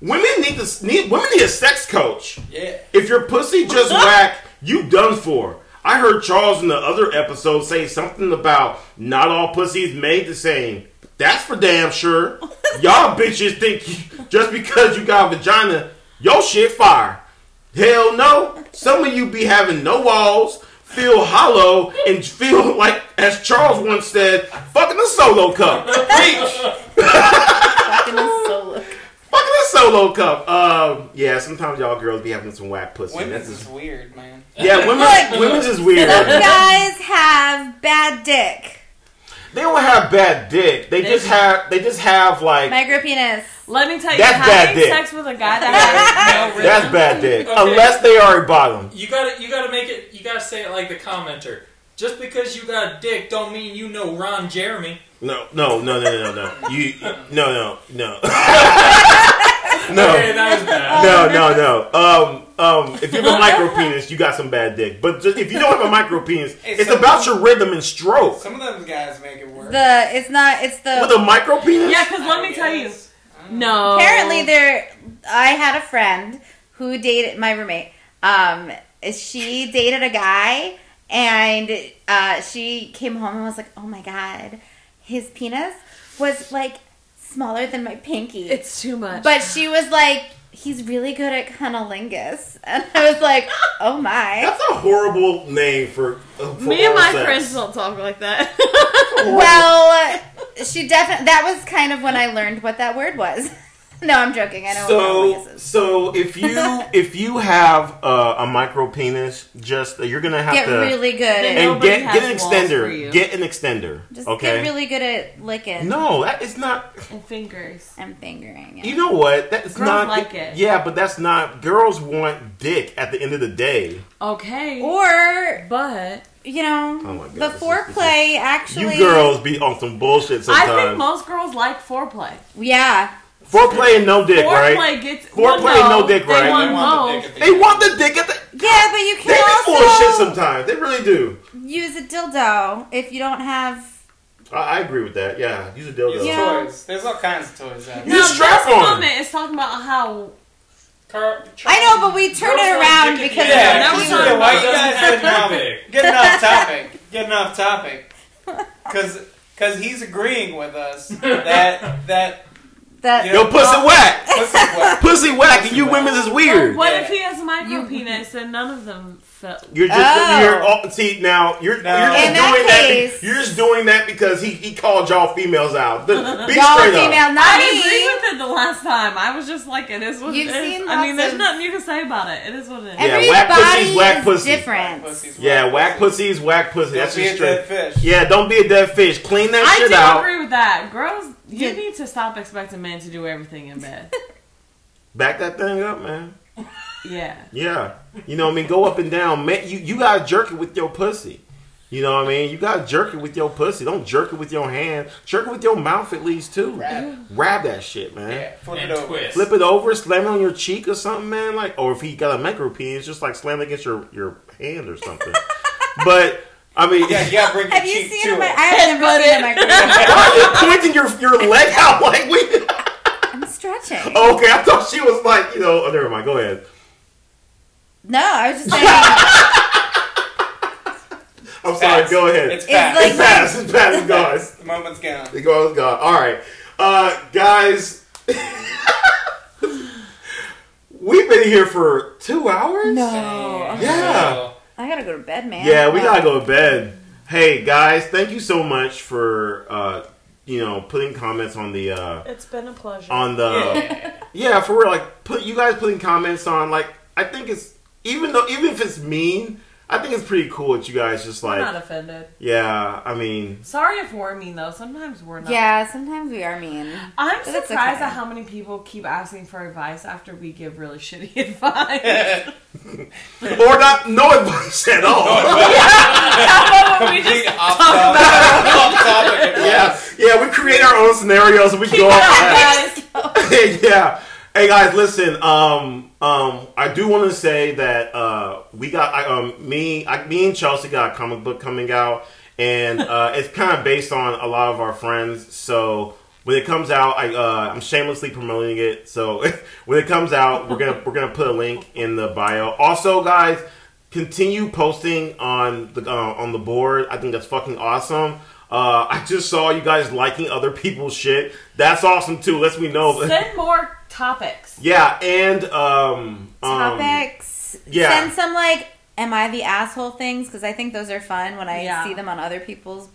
Speaker 1: Women need to need women need a sex coach.
Speaker 4: Yeah.
Speaker 1: If your pussy just whack, you done for. I heard Charles in the other episode say something about not all pussies made the same. That's for damn sure. Y'all bitches think you- just because you got a vagina, your shit fire. Hell no. Some of you be having no walls, feel hollow, and feel like, as Charles once said, fucking a solo cup. Preach.
Speaker 5: Fucking solo.
Speaker 1: Fucking a solo cup. Um, yeah, sometimes y'all girls be having some whack pussy.
Speaker 4: Women's
Speaker 1: That's just-
Speaker 4: is weird, man.
Speaker 1: yeah, women's,
Speaker 5: Look.
Speaker 1: women's is weird.
Speaker 5: Some guys have bad dick,
Speaker 1: They don't have bad dick. They just have. They just have like
Speaker 5: micro penis.
Speaker 2: Let me tell you,
Speaker 1: That's bad
Speaker 2: having
Speaker 1: dick.
Speaker 2: sex with a guy that
Speaker 3: No rhythm.
Speaker 1: that's bad dick.
Speaker 3: Okay.
Speaker 1: Unless they are a bottom.
Speaker 3: You gotta you gotta make it you gotta say it like the commenter. Just because you got a dick don't mean you know Ron Jeremy.
Speaker 1: No, no, no, no, no, no. You no, no, no, no.
Speaker 3: Okay, that was
Speaker 1: No,
Speaker 3: bad.
Speaker 1: no, no. Um, um, if you have a micro penis, you got some bad dick. But just, if you don't have a micro penis,
Speaker 4: Hey,
Speaker 1: it's
Speaker 4: some-
Speaker 1: about your rhythm and stroke.
Speaker 4: Some of them guys make it work.
Speaker 5: The it's not it's the
Speaker 1: With a micro penis,
Speaker 2: yeah, because let me tell you, no.
Speaker 5: Apparently, there. I had a friend who dated my roommate. Um, she dated a guy, and uh, she came home and was like, "Oh my god, his penis was like smaller than my pinky."
Speaker 2: it's too much.
Speaker 5: but she was like, "He's really good at cunnilingus," and I was like, "Oh my."
Speaker 1: that's a horrible name for. Uh, for
Speaker 2: me
Speaker 1: oral
Speaker 2: and my
Speaker 1: sex.
Speaker 2: friends don't talk like that.
Speaker 5: Well, she definitely. That was kind of when I learned what that word was. no, I'm joking. I know what
Speaker 1: So,
Speaker 5: cunnilingus is.
Speaker 1: so if you if you have uh, a micro penis, just you're gonna have
Speaker 5: Get
Speaker 1: to
Speaker 5: really good. at
Speaker 2: Then
Speaker 1: and
Speaker 2: Nobody
Speaker 1: get get an
Speaker 2: has walls for
Speaker 1: extender.
Speaker 2: you.
Speaker 1: Get an extender.
Speaker 5: Just
Speaker 1: okay.
Speaker 5: get really good at licking
Speaker 1: no, that is not.
Speaker 2: and fingers.
Speaker 5: and fingering. It.
Speaker 1: You know what? That's
Speaker 2: Girls
Speaker 1: not.
Speaker 2: like it.
Speaker 1: Yeah, but that's not. Girls want dick at the end of the day.
Speaker 2: Okay.
Speaker 5: or
Speaker 2: but
Speaker 5: you know,
Speaker 1: Oh my God,
Speaker 5: the
Speaker 1: this is-
Speaker 5: foreplay actually.
Speaker 1: you girls be on some bullshit sometimes.
Speaker 2: I think most girls like foreplay.
Speaker 5: Yeah,
Speaker 1: foreplay and no dick,
Speaker 2: foreplay
Speaker 1: right?
Speaker 2: gets
Speaker 1: Foreplay,
Speaker 2: well,
Speaker 1: no dick,
Speaker 2: they
Speaker 1: right?
Speaker 2: Want
Speaker 4: They want the
Speaker 2: both.
Speaker 4: dick at the
Speaker 1: They want the dick at the.
Speaker 4: end.
Speaker 5: yeah, but you
Speaker 1: They be
Speaker 5: can
Speaker 1: full of shit
Speaker 5: also
Speaker 1: sometimes. They really do.
Speaker 5: use a dildo if you don't have.
Speaker 1: I, I agree with that. Yeah, use a dildo.
Speaker 4: Use
Speaker 5: Yeah.
Speaker 4: toys. There's all kinds of toys out
Speaker 1: You
Speaker 4: there.
Speaker 2: Now,
Speaker 1: strap
Speaker 2: this
Speaker 1: on.
Speaker 2: comment is talking about how
Speaker 3: Car- Char-
Speaker 5: I know, but we turn
Speaker 3: Girls
Speaker 5: it
Speaker 3: like
Speaker 5: around
Speaker 3: dick at
Speaker 5: because
Speaker 3: the
Speaker 5: yeah,
Speaker 3: end.
Speaker 4: Yeah,
Speaker 2: now we're
Speaker 4: keep
Speaker 2: talking
Speaker 4: it
Speaker 2: about-
Speaker 4: white guys
Speaker 3: Doesn't
Speaker 4: getting off
Speaker 3: have dick.
Speaker 4: Getting off topic. Getting off topic. Because he's agreeing with us that that
Speaker 5: That
Speaker 4: Yeah.
Speaker 1: Yo, pussy whack.
Speaker 4: Pussy whack.
Speaker 1: Pussy whack, and you women is weird.
Speaker 2: What
Speaker 4: Yeah.
Speaker 2: if he has a micro
Speaker 5: You-
Speaker 2: penis and none of them felt?
Speaker 1: You're just
Speaker 5: Oh.
Speaker 1: you're all, see now you're
Speaker 4: No.
Speaker 1: you're just
Speaker 5: In that
Speaker 1: doing that. be-
Speaker 5: case-
Speaker 1: you're just doing that because he, he called y'all females out. The, be
Speaker 5: y'all
Speaker 1: straight up.
Speaker 5: female, not
Speaker 2: I
Speaker 5: me.
Speaker 2: agreed with it the last time. I was just like, it is what
Speaker 5: You've
Speaker 2: it is.
Speaker 5: seen
Speaker 2: I mean,
Speaker 5: lots
Speaker 2: there's
Speaker 5: of-
Speaker 2: nothing you can say about it. It is what it is.
Speaker 1: Yeah,
Speaker 5: Everybody
Speaker 1: whack pussies, whack
Speaker 5: is
Speaker 1: pussy.
Speaker 5: different.
Speaker 4: Pussy's
Speaker 1: Yeah, whack pussies, whack pussy.
Speaker 4: Don't
Speaker 1: That's
Speaker 4: be
Speaker 1: just
Speaker 4: a
Speaker 1: straight.
Speaker 4: dead fish.
Speaker 1: Yeah, don't be a dead fish. Clean that
Speaker 2: I
Speaker 1: shit
Speaker 2: do
Speaker 1: out.
Speaker 2: agree with that. Girls, you
Speaker 5: Yeah.
Speaker 2: need to stop expecting men to do everything in bed.
Speaker 1: Back that thing up, man.
Speaker 2: yeah.
Speaker 1: Yeah, you know what I mean. Go up and down. Man, you you gotta jerk it with your pussy. You know what I mean. You gotta jerk it with your pussy. Don't jerk it with your hand. Jerk it with your mouth at least too.
Speaker 4: Wrap.
Speaker 1: Grab that shit, man.
Speaker 4: Yeah, flip
Speaker 3: and
Speaker 4: it over.
Speaker 3: twist.
Speaker 1: Flip it over, slam it on your cheek or something, man. Like, or if he got a micro penis, just like slam it against your your hand or something. but I mean,
Speaker 4: Yeah, you gotta bring your
Speaker 5: Have you
Speaker 4: cheek
Speaker 5: seen
Speaker 4: to
Speaker 5: a mic?
Speaker 4: it.
Speaker 5: I haven't ever seen a microwave.
Speaker 1: why are you pointing your your leg out like we? okay,
Speaker 5: I'm stretching.
Speaker 1: I thought she was like, you know. Oh, never mind. Go ahead.
Speaker 5: No, I was just saying.
Speaker 1: I'm sorry. Go ahead.
Speaker 4: It's
Speaker 1: It's,
Speaker 4: fast.
Speaker 5: like-
Speaker 1: past. It's past. It's gone. It's-
Speaker 4: the moment's gone.
Speaker 1: It goes gone. All right, uh, guys. We've been here for two hours.
Speaker 5: No.
Speaker 1: Yeah.
Speaker 3: So,
Speaker 5: I gotta go to bed, man.
Speaker 1: Yeah, we
Speaker 2: uh,
Speaker 1: gotta go to bed. Hey guys, thank you so much for uh, you know putting comments on the uh,
Speaker 2: It's been a pleasure.
Speaker 1: on the yeah for real. Like put you guys putting comments on like I think it's even though even if it's mean, I think it's pretty cool that you guys just
Speaker 2: I'm not
Speaker 1: like
Speaker 2: offended.
Speaker 1: yeah. I mean
Speaker 2: Sorry if we're mean though. Sometimes we're not.
Speaker 5: Yeah, sometimes we are mean.
Speaker 2: I'm
Speaker 5: But it's
Speaker 2: surprised
Speaker 5: okay.
Speaker 2: at how many people keep asking for advice after we give really shitty advice.
Speaker 1: or not no advice at
Speaker 4: Oh,
Speaker 1: all.
Speaker 2: we just
Speaker 4: Complete off topic. off topic.
Speaker 1: yeah, yeah. We create our own scenarios and we go off. that.
Speaker 2: guys,
Speaker 1: yeah. Hey guys, listen. Um, um, I do want to say that uh, we got I, um me I, me and Chelsea got a comic book coming out, and uh, it's kind of based on a lot of our friends. So when it comes out, I uh, I'm shamelessly promoting it. So when it comes out, we're gonna we're gonna put a link in the bio. Also, guys, continue posting on the uh, on the board. I think that's fucking awesome. Uh, I just saw you guys liking other people's shit. That's awesome too. Let me know.
Speaker 2: send more topics.
Speaker 1: Yeah, and um, um,
Speaker 5: Topics.
Speaker 1: yeah.
Speaker 5: Send some like, am I the asshole things? Because I think those are fun when I
Speaker 2: Yeah.
Speaker 5: see them on other people's.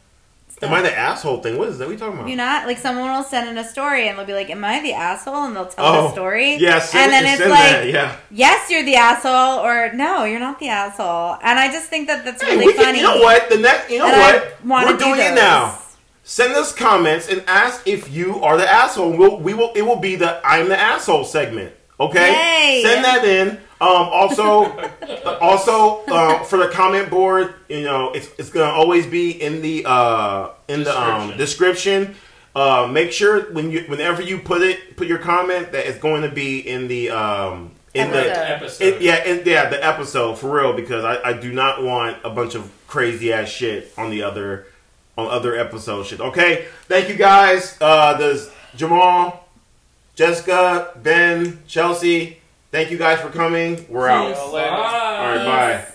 Speaker 1: Am I the asshole thing? What is that? What are you talking about?
Speaker 5: You not like someone will send in a story and they'll be like, "Am I the asshole?" and they'll tell
Speaker 1: oh,
Speaker 5: the story.
Speaker 1: Yeah, send,
Speaker 5: and then it's
Speaker 1: send
Speaker 5: like,
Speaker 1: that. Yeah.
Speaker 5: "Yes, you're the asshole," or "No, you're not the asshole." And I just think that that's
Speaker 1: Hey,
Speaker 5: really
Speaker 1: we
Speaker 5: funny.
Speaker 1: can, you know what? The next, you know
Speaker 5: And I
Speaker 1: what?
Speaker 5: wanna
Speaker 1: We're
Speaker 5: do
Speaker 1: doing it
Speaker 5: those.
Speaker 1: now. Send us comments and ask if you are the asshole. We'll, we will. It will be the I'm the asshole segment. Okay.
Speaker 5: Yay.
Speaker 1: Send that in. Um, also, also uh, for the comment board, you know, it's it's gonna always be in the uh, in the um, description. Uh, make sure when you whenever you put it put your comment that it's going to be in the um, in the
Speaker 5: Episode.
Speaker 3: episode.
Speaker 1: it, yeah, it, yeah, the episode for real because I, I do not want a bunch of crazy ass shit on the other on other episode shit. Okay, thank you guys. Uh, there's Jamal, Jessica, Ben, Chelsea. Thank you guys for coming. We're out.
Speaker 4: Yes.
Speaker 1: All right, bye.